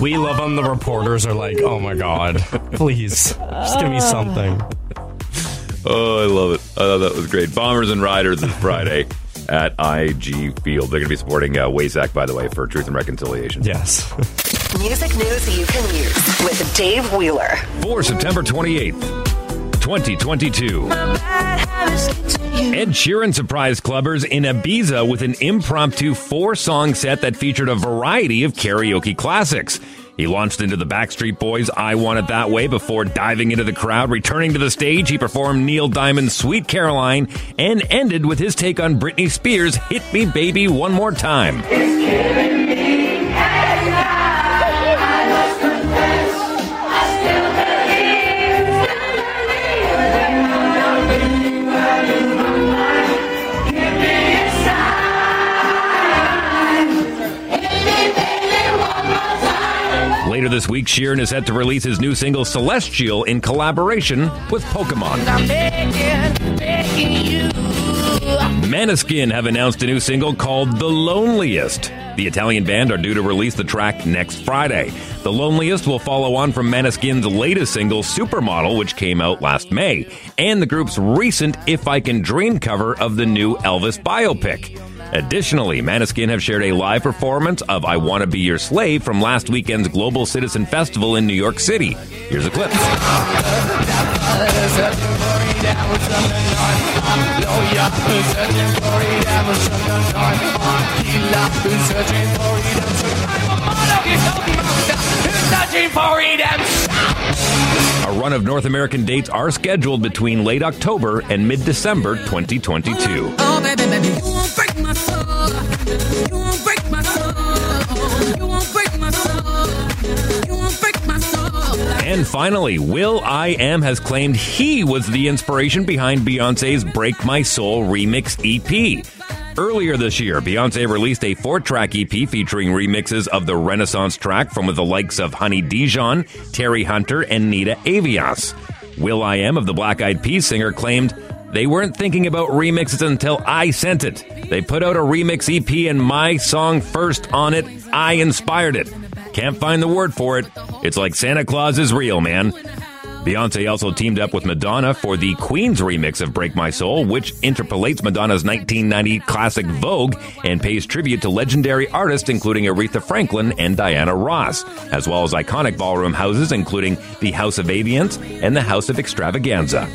[SPEAKER 4] We love him. The reporters are like, oh my god, please, just give me something.
[SPEAKER 3] Oh, I love it. I thought that was great. Bombers and Riders is Friday at IG Field. They're going to be supporting uh, Waysack, by the way, for Truth and Reconciliation.
[SPEAKER 4] Yes.
[SPEAKER 2] Music news you can use with Dave Wheeler.
[SPEAKER 3] For September 28th, 2022. Ed Sheeran surprised clubbers in Ibiza with an impromptu four song set that featured a variety of karaoke classics. He launched into the Backstreet Boys' I Want It That Way before diving into the crowd. Returning to the stage, he performed Neil Diamond's Sweet Caroline and ended with his take on Britney Spears' Hit Me Baby One More Time. Later this week, Sheeran is set to release his new single Celestial in collaboration with Pokemon. Maniskin have announced a new single called The Loneliest. The Italian band are due to release the track next Friday. The Loneliest will follow on from Maniskin's latest single, Supermodel, which came out last May, and the group's recent If I Can Dream cover of the new Elvis biopic. Additionally, Maniskin have shared a live performance of I Want to Be Your Slave from last weekend's Global Citizen Festival in New York City. Here's a clip.
[SPEAKER 11] Oh,
[SPEAKER 3] A run of North American dates are scheduled between late October and mid December 2022.
[SPEAKER 11] Oh, baby, baby, you won't break my soul. You won't break my soul. You won't break my soul. You won't break my soul.
[SPEAKER 3] And finally, Will I Am has claimed he was the inspiration behind Beyonce's Break My Soul remix EP. Earlier this year, Beyonce released a four track EP featuring remixes of the Renaissance track from the likes of Honey Dijon, Terry Hunter, and Nita Avias. Will I Am of the Black Eyed Peas singer claimed, They weren't thinking about remixes until I sent it. They put out a remix EP and my song first on it. I inspired it. Can't find the word for it. It's like Santa Claus is real, man. Beyonce also teamed up with Madonna for the Queen's remix of Break My Soul, which interpolates Madonna's 1990 classic Vogue and pays tribute to legendary artists including Aretha Franklin and Diana Ross, as well as iconic ballroom houses including the House of Aviance and the House of Extravaganza.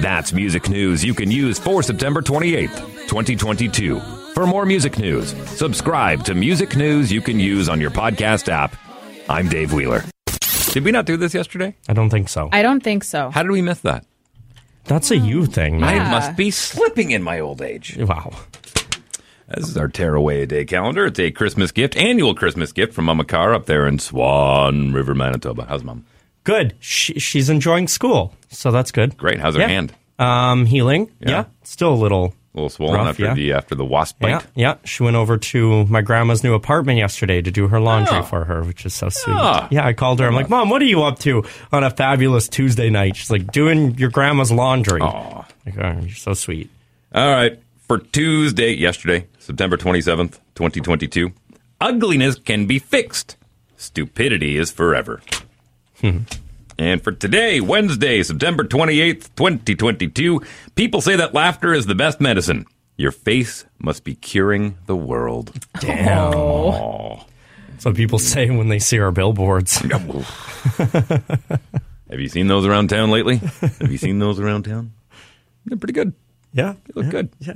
[SPEAKER 3] That's music news you can use for September 28th, 2022. For more music news, subscribe to Music News You Can Use on your podcast app. I'm Dave Wheeler. Did we not do this yesterday?
[SPEAKER 4] I don't think so.
[SPEAKER 5] I don't think so.
[SPEAKER 3] How did we miss that?
[SPEAKER 4] That's a you thing. man.
[SPEAKER 3] I must be slipping in my old age.
[SPEAKER 4] Wow.
[SPEAKER 3] This is our Tear Away a Day calendar. It's a Christmas gift, annual Christmas gift from Mama Car up there in Swan River, Manitoba. How's mom?
[SPEAKER 4] Good. She, she's enjoying school, so that's good.
[SPEAKER 3] Great. How's her
[SPEAKER 4] Yeah.
[SPEAKER 3] hand?
[SPEAKER 4] Um, healing. Yeah. Still a little
[SPEAKER 3] a little swollen
[SPEAKER 4] rough,
[SPEAKER 3] after
[SPEAKER 4] yeah.
[SPEAKER 3] the after the wasp bite.
[SPEAKER 4] Yeah, yeah. She went over to my grandma's new apartment yesterday to do her laundry
[SPEAKER 3] Oh.
[SPEAKER 4] for her, which is so sweet.
[SPEAKER 3] Ah.
[SPEAKER 4] Yeah, I called her. I'm like, Mom, what are you up to on a fabulous Tuesday night? She's like, doing your grandma's laundry. Like, oh, you're so sweet.
[SPEAKER 3] All right. For Tuesday, yesterday, September 27th, 2022, ugliness can be fixed. Stupidity is forever. and for today, Wednesday, September 28th, 2022, people say that laughter is the best medicine. Your face must be curing the world.
[SPEAKER 4] Damn. That's what people say when they see our billboards.
[SPEAKER 3] Have you seen those around town lately? Have you seen those around town? They're pretty good.
[SPEAKER 4] Yeah.
[SPEAKER 3] They look good.
[SPEAKER 4] Yeah.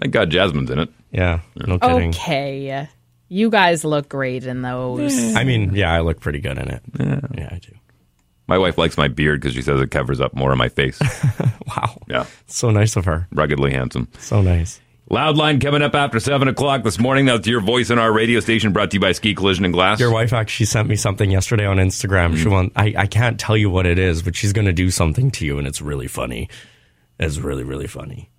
[SPEAKER 3] Thank God Jasmine's in it.
[SPEAKER 4] Yeah. No
[SPEAKER 5] Okay. You guys look great in those.
[SPEAKER 4] I mean, yeah, I look pretty good in it. Yeah, I do.
[SPEAKER 3] My wife likes my beard because she says it covers up more of my face.
[SPEAKER 4] wow.
[SPEAKER 3] Yeah.
[SPEAKER 4] So nice of her.
[SPEAKER 3] Ruggedly handsome.
[SPEAKER 4] So nice.
[SPEAKER 3] Loud line coming up after 7 o'clock this morning. That's your voice on our radio station brought to you by Ski Collision and Glass.
[SPEAKER 4] Your wife actually sent me something yesterday on Instagram.
[SPEAKER 3] Mm-hmm.
[SPEAKER 4] She want I, I can't tell you what it is, but she's gonna do something to you and it's really funny. It's really, really funny.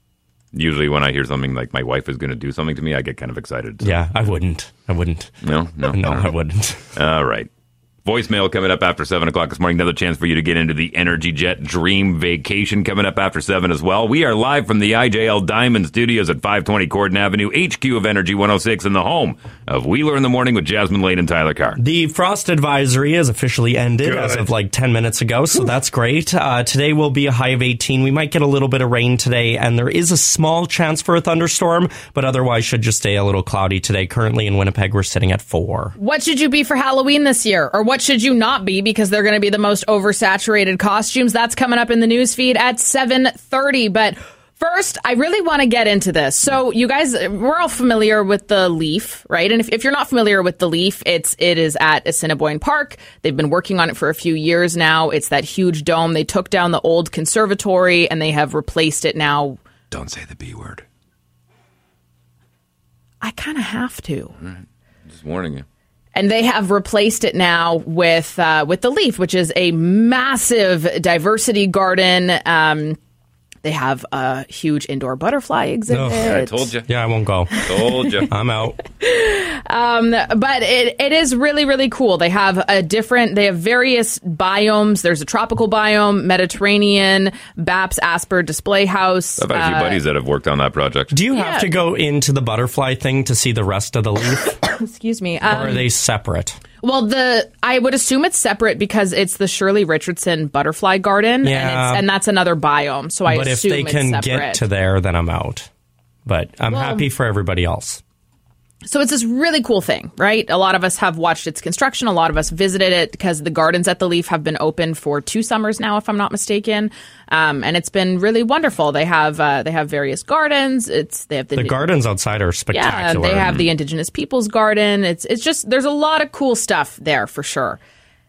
[SPEAKER 3] Usually, when I hear something like my wife is going to do something to me, I get kind of excited. so-
[SPEAKER 4] Yeah, I wouldn't. I wouldn't.
[SPEAKER 3] No, no,
[SPEAKER 4] No,
[SPEAKER 3] all right.
[SPEAKER 4] I wouldn't.
[SPEAKER 3] All right. Voicemail coming up after 7 o'clock this morning. Another chance for you to get into the Energy Jet Dream Vacation coming up after 7 as well. We are live from the IJL Diamond Studios at 520 Corden Avenue, HQ of Energy 106, and the home of Wheeler in the Morning with Jasmine Lane and Tyler Carr.
[SPEAKER 4] The frost advisory is officially ended as of like 10 minutes ago, so that's great. Uh, today will be a high of 18. We might get a little bit of rain today, and there is a small chance for a thunderstorm, but otherwise should just stay a little cloudy today. Currently in Winnipeg, we're sitting at four.
[SPEAKER 5] What should you be for Halloween this year? Or what should you not be because they're going to be the most oversaturated costumes? That's coming up in the news feed at 7:30, but First, I really want to get into this. So, you guys, we're all familiar with the Leaf, right? And if, if you're not familiar with the Leaf, it's it is at Assiniboine Park. They've been working on it for a few years now. It's that huge dome. They took down the old conservatory and they have replaced it now.
[SPEAKER 3] Don't say the B word.
[SPEAKER 5] I kind of have to.
[SPEAKER 3] Just warning you.
[SPEAKER 5] and they have replaced it now with uh, with the leaf, which is a massive diversity garden. Um, they have a huge indoor butterfly exhibit.
[SPEAKER 3] you.
[SPEAKER 4] Yeah, I won't go.
[SPEAKER 3] Told you.
[SPEAKER 4] I'm out.
[SPEAKER 5] Um, but it, it is really, really cool. They have a different, they have various biomes. There's a tropical biome, Mediterranean, BAPS Asper Display House.
[SPEAKER 3] I've had a few
[SPEAKER 5] uh,
[SPEAKER 3] buddies that have worked on that project.
[SPEAKER 4] Do you have to go into the butterfly thing to see the rest of the leaf,
[SPEAKER 5] Excuse me.
[SPEAKER 4] or
[SPEAKER 5] Um,
[SPEAKER 4] are they separate?
[SPEAKER 5] Well, the I would assume it's separate because it's the Shirley Richardson Butterfly Garden, and,
[SPEAKER 4] Yeah.
[SPEAKER 5] it's, and that's another biome. So I
[SPEAKER 4] but if
[SPEAKER 5] assume
[SPEAKER 4] they
[SPEAKER 5] it's
[SPEAKER 4] can
[SPEAKER 5] separate.
[SPEAKER 4] get to there, then I'm out. But I'm
[SPEAKER 5] Well-
[SPEAKER 4] happy for everybody else.
[SPEAKER 5] So it's this really cool thing, right? A lot of us have watched its construction. A lot of us visited it because the gardens at the Leaf have been open for two summers now, if I'm not mistaken, um, and it's been really wonderful. They have uh, they have various gardens. It's they have the,
[SPEAKER 4] The gardens outside are
[SPEAKER 5] yeah,
[SPEAKER 4] spectacular.
[SPEAKER 5] they have the Indigenous Peoples Garden. It's it's just there's a lot of cool stuff there for sure.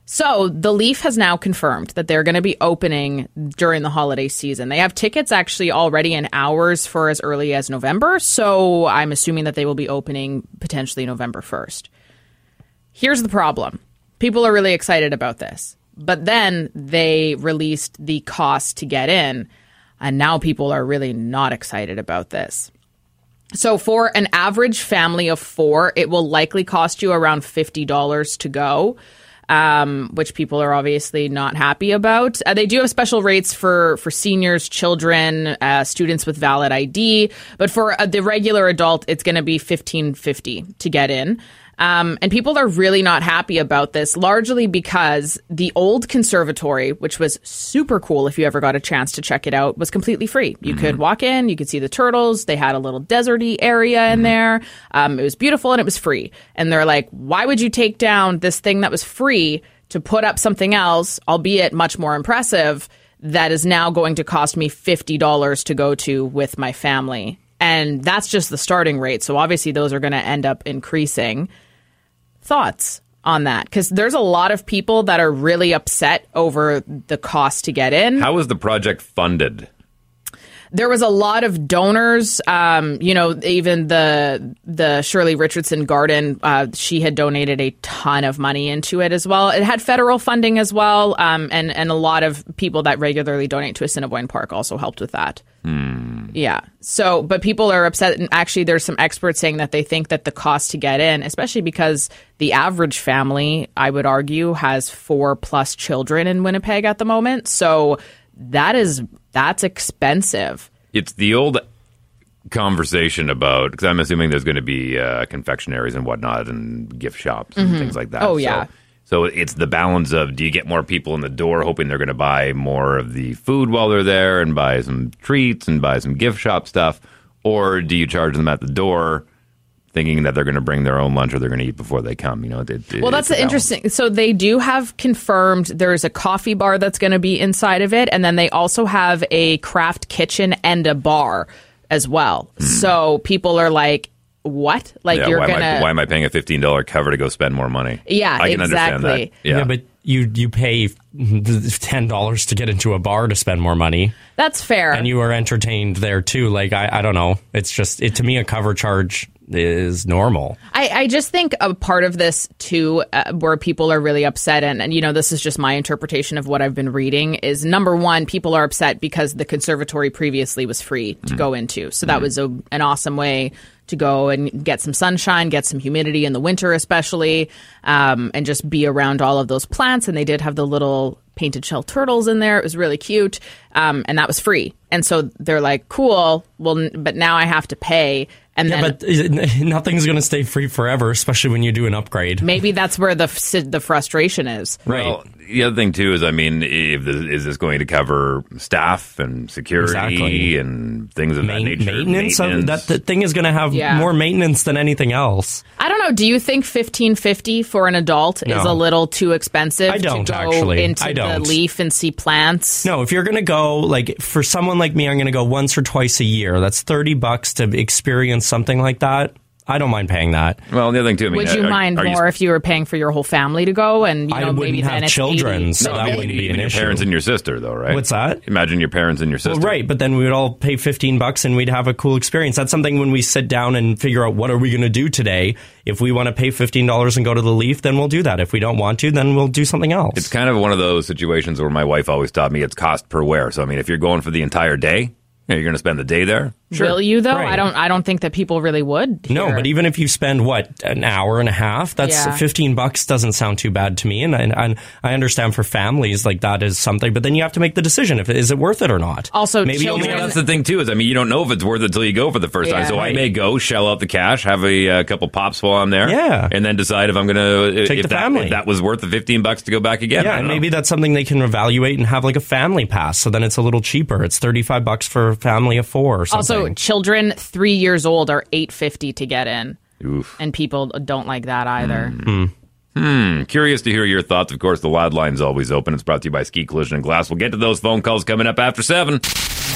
[SPEAKER 5] So the Leaf has now confirmed that they're going to be opening during the holiday season. They have tickets actually already in hours for as early as November. So I'm assuming that they will be opening potentially November 1st. Here's the problem. People are really excited about this. But then they released the cost to get in, and now people are really not excited about this. So, for an average family of four, it will likely cost you around $50 to go, um, which people are obviously not happy about. Uh, they do have special rates for, for seniors, children, uh, students with valid ID, but for uh, the regular adult, it's going to be $15.50 to get in. Um, and people are really not happy about this, largely because the old conservatory, which was super cool if you ever got a chance to check it out, was completely free. You could walk in, you could see the turtles. They had a little deserty area in there. Um, it was beautiful and it was free. And they're like, why would you take down this thing that was free to put up something else, albeit much more impressive, that is now going to cost me $50 to go to with my family? And that's just the starting rate. So obviously, those are going to end up increasing thoughts on that because there's a lot of people that are really upset over the cost to get in.
[SPEAKER 3] How was the project funded?
[SPEAKER 5] there was a lot of donors. Um, you know, even the the Shirley Richardson Garden, uh, she had donated a ton of money into it as well. It had federal funding as well, um, and and a lot of people that regularly donate to Assiniboine Park also helped with that. Yeah. So, but people are upset. And actually, there's some experts saying that they think that the cost to get in, especially because the average family, I would argue, has four plus children in Winnipeg at the moment. So that is, that's expensive.
[SPEAKER 3] It's the old conversation about because I'm assuming there's going to be uh, confectionaries and whatnot and gift shops and
[SPEAKER 5] Mhm.
[SPEAKER 3] things like that.
[SPEAKER 5] Oh, yeah.
[SPEAKER 3] So, so it's the balance of do you get more people in the door hoping they're going to buy more of the food while they're there and buy some treats and buy some gift shop stuff, or do you charge them at the door? Thinking that they're going to bring their own lunch or they're going to eat before they come, you know. It, it-
[SPEAKER 5] Well, that's
[SPEAKER 3] it's a
[SPEAKER 5] the
[SPEAKER 3] balance.
[SPEAKER 5] interesting. So they do have confirmed there's a coffee bar that's going to be inside of it, and then they also have a craft kitchen and a bar as well. So people are like, "What? Like
[SPEAKER 3] Hmm. yeah,
[SPEAKER 5] you're
[SPEAKER 3] why,
[SPEAKER 5] gonna?
[SPEAKER 3] am I, why am I paying a fifteen dollar cover to go spend more money?
[SPEAKER 5] Yeah,
[SPEAKER 3] I can understand that.
[SPEAKER 5] exactly.
[SPEAKER 3] Yeah,
[SPEAKER 4] but you you pay ten dollars to get into a bar to spend more money,
[SPEAKER 5] That's fair.
[SPEAKER 4] and you are entertained there too. Like I, I don't know. It's just it to me a cover charge is normal.
[SPEAKER 5] I, I just think a part of this too, uh, where people are really upset, and, and you know, this is just my interpretation of what I've been reading, is number one, people are upset because the conservatory previously was free to go into, so that was a, an awesome way to go and get some sunshine, get some humidity in the winter, especially, um, and just be around all of those plants. And they did have the little painted shell turtles in there; it was really cute, um, and that was free. And so they're like, "Cool, well, n- but now I have to pay." And
[SPEAKER 4] yeah,
[SPEAKER 5] then
[SPEAKER 4] but is- nothing's going to stay free forever, especially when you do an upgrade.
[SPEAKER 5] Maybe that's where the f- the frustration is.
[SPEAKER 3] Well, the other thing too is, I mean, if this, is this going to cover staff and security
[SPEAKER 4] Exactly.
[SPEAKER 3] and things of that nature?
[SPEAKER 4] Maintenance, Of,
[SPEAKER 3] Maintenance.
[SPEAKER 4] that the thing is going to have
[SPEAKER 5] Yeah.
[SPEAKER 4] more maintenance than anything else.
[SPEAKER 5] I don't know. Do you think fifteen fifty for an adult
[SPEAKER 4] No.
[SPEAKER 5] is a little too expensive?
[SPEAKER 4] I don't,
[SPEAKER 5] to go
[SPEAKER 4] actually.
[SPEAKER 5] into
[SPEAKER 4] I don't.
[SPEAKER 5] the leaf and see plants.
[SPEAKER 4] No, if you're going to go, like for someone like me, I'm going to go once or twice a year. That's thirty bucks to experience something like that. I don't mind paying that.
[SPEAKER 3] Well, the other thing too.
[SPEAKER 5] Would you mind more if you were paying for your whole family to go? And you know, maybe then it's 80.
[SPEAKER 3] No, I mean, even your parents and your sister, though, right?
[SPEAKER 4] What's that?
[SPEAKER 3] Imagine your parents and your sister.
[SPEAKER 4] Well, right, but then we would all pay 15 bucks and we'd have a cool experience. That's something when we sit down and figure out what are we going to do today. If we want to pay $15 and go to the Leaf, then we'll do that. If we don't want to, then we'll do something else.
[SPEAKER 3] It's kind of one of those situations where my wife always taught me it's cost per wear. So, I mean, if you're going for the entire day, you're going to spend the day there.
[SPEAKER 5] Will you though?
[SPEAKER 4] Right.
[SPEAKER 5] I don't. I don't think that people really would.
[SPEAKER 4] No,
[SPEAKER 5] here.
[SPEAKER 4] but even if you spend what an hour and a half, that's
[SPEAKER 5] Yeah.
[SPEAKER 4] fifteen bucks. Doesn't sound too bad to me, and, and and I understand for families like that is something. But then you have to make the decision if is it worth it or not.
[SPEAKER 5] also
[SPEAKER 3] Well,
[SPEAKER 5] children.
[SPEAKER 3] that's the thing too is I mean you don't know if it's worth it till you go for the first time.
[SPEAKER 5] Yeah.
[SPEAKER 3] So I
[SPEAKER 5] Right.
[SPEAKER 3] may go shell out the cash, have a uh, couple pops while I'm there,
[SPEAKER 4] Yeah.
[SPEAKER 3] and then decide if I'm gonna uh, if,
[SPEAKER 4] Take the
[SPEAKER 3] that,
[SPEAKER 4] family.
[SPEAKER 3] if that was worth the fifteen bucks to go back again. I
[SPEAKER 4] yeah,
[SPEAKER 3] don't
[SPEAKER 4] and
[SPEAKER 3] know.
[SPEAKER 4] maybe that's something they can evaluate and have like a family pass. So then it's a little cheaper. It's thirty five bucks for a family of four or something.
[SPEAKER 5] Also, children three years old are eight fifty to get in,
[SPEAKER 3] Oof.
[SPEAKER 5] and people don't like that either.
[SPEAKER 3] Hmm. Curious to hear your thoughts. Of course, the loud line's always open. It's brought to you by Ski Collision and Glass. We'll get to those phone calls coming up after seven.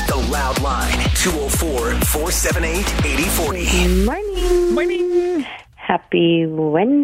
[SPEAKER 1] The Loud Line, 204 478 8040.
[SPEAKER 12] Morning.
[SPEAKER 1] oh.
[SPEAKER 12] Morning. Happy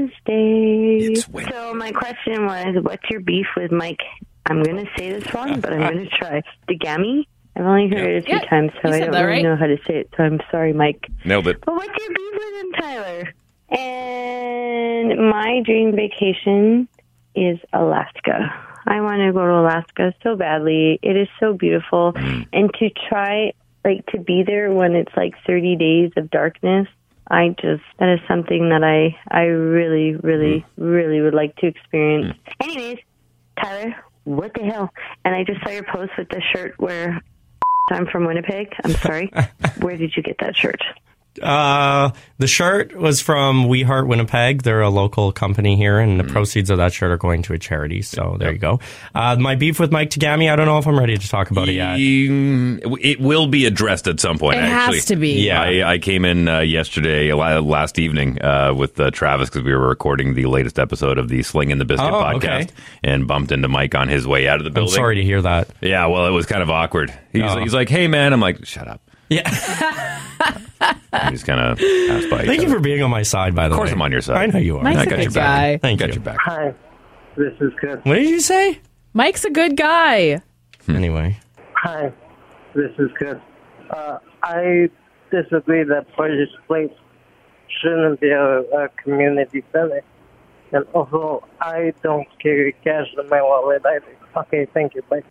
[SPEAKER 12] Wednesday.
[SPEAKER 1] It's Wednesday.
[SPEAKER 12] So my question was, what's your beef with Mike? I'm going to say this wrong, but I'm going to try. Degami? I've only heard it a few
[SPEAKER 13] Yeah,
[SPEAKER 12] times, so
[SPEAKER 13] you
[SPEAKER 12] I
[SPEAKER 13] said
[SPEAKER 12] don't
[SPEAKER 13] that
[SPEAKER 12] really
[SPEAKER 13] right.
[SPEAKER 12] know how to say it. So I'm sorry, Mike.
[SPEAKER 3] Nailed it.
[SPEAKER 12] But what's your beef with him, Tyler? And my dream vacation is Alaska. I want to go to Alaska so badly. It is so beautiful. And to try, like, to be there when it's like 30 days of darkness, I just, that is something that I, I really, really, really would like to experience. Anyways, Tyler, what the hell? And I just saw your post with the shirt where I'm from Winnipeg. I'm sorry. where did you get that shirt?
[SPEAKER 4] Uh, the shirt was from We Heart Winnipeg. They're a local company here, and the proceeds of that shirt are going to a charity. So there you go. Uh, my beef with Mike Tagami, I don't know if I'm ready to talk about it yet.
[SPEAKER 3] Mm, It will be addressed at some point.
[SPEAKER 4] It has
[SPEAKER 3] actually.
[SPEAKER 4] to be.
[SPEAKER 3] Yeah, I, I came in uh, yesterday, la- last evening, uh, with uh, Travis because we were recording the latest episode of the Sling in the Biscuit
[SPEAKER 4] Oh,
[SPEAKER 3] podcast,
[SPEAKER 4] okay.
[SPEAKER 3] and bumped into Mike on his way out of the
[SPEAKER 4] I'm
[SPEAKER 3] building.
[SPEAKER 4] sorry to hear that.
[SPEAKER 3] Yeah, well, it was kind of awkward. He's,
[SPEAKER 4] Oh.
[SPEAKER 3] he's like, "Hey, man," I'm like, "Shut up."
[SPEAKER 4] Yeah.
[SPEAKER 3] We just kind of passed by.
[SPEAKER 4] Thank you for being on my side, by the way.
[SPEAKER 3] Of course, I'm on your side.
[SPEAKER 4] I know you are.
[SPEAKER 5] Mike's a good guy.
[SPEAKER 4] Thank
[SPEAKER 3] Got
[SPEAKER 4] you.
[SPEAKER 3] your back.
[SPEAKER 6] Hi. This is Chris.
[SPEAKER 4] What did you say?
[SPEAKER 5] Mike's a good guy.
[SPEAKER 3] Hmm.
[SPEAKER 4] Anyway,
[SPEAKER 6] Hi. This is Chris. Uh, I disagree that Burgess Place shouldn't be a, a community center. And also, I don't carry cash in my wallet either. Okay, thank you. Bye.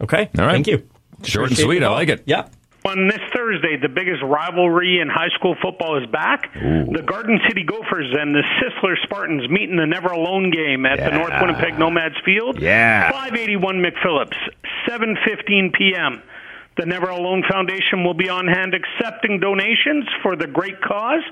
[SPEAKER 4] Okay.
[SPEAKER 3] All right.
[SPEAKER 4] Thank you.
[SPEAKER 3] Short and sweet. I like it.
[SPEAKER 4] Yeah.
[SPEAKER 13] On this Thursday, the biggest rivalry in high school football is back. The Garden City Gophers and the Sisler Spartans meet in the Never Alone game at the North Winnipeg Nomads Field.
[SPEAKER 3] Yeah.
[SPEAKER 13] 581 McPhillips, 7:15 p.m. The Never Alone Foundation will be on hand accepting donations for the great cause,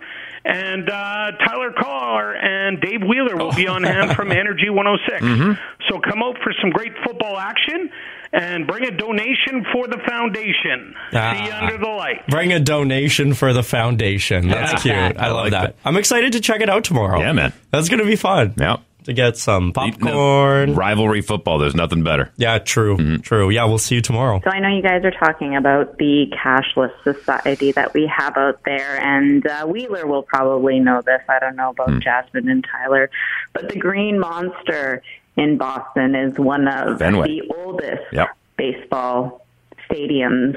[SPEAKER 13] and uh, Tyler Carr and Dave Wheeler will be on
[SPEAKER 3] Oh.
[SPEAKER 13] hand from Energy 106. So come out for some great football action and bring a donation for the foundation. See you
[SPEAKER 4] Ah.
[SPEAKER 13] under the light.
[SPEAKER 4] Bring a donation for the foundation.
[SPEAKER 3] Yeah.
[SPEAKER 4] That's cute. I,
[SPEAKER 3] I
[SPEAKER 4] love
[SPEAKER 3] like
[SPEAKER 4] that.
[SPEAKER 3] that.
[SPEAKER 4] I'm excited to check it out tomorrow. Yeah, man. That's going to be fun.
[SPEAKER 3] Yeah.
[SPEAKER 4] To get some popcorn.
[SPEAKER 3] Rivalry football. There's nothing better. Mm-hmm.
[SPEAKER 4] Yeah, true. True. Yeah, we'll see you tomorrow.
[SPEAKER 14] So I know you guys are talking about the cashless society that we have out there, and uh, Wheeler will probably know this. I don't know about Jasmine and Tyler, but the Green Monster in Boston is one of
[SPEAKER 15] Fenway.
[SPEAKER 14] the oldest
[SPEAKER 15] Yep.
[SPEAKER 14] baseball stadiums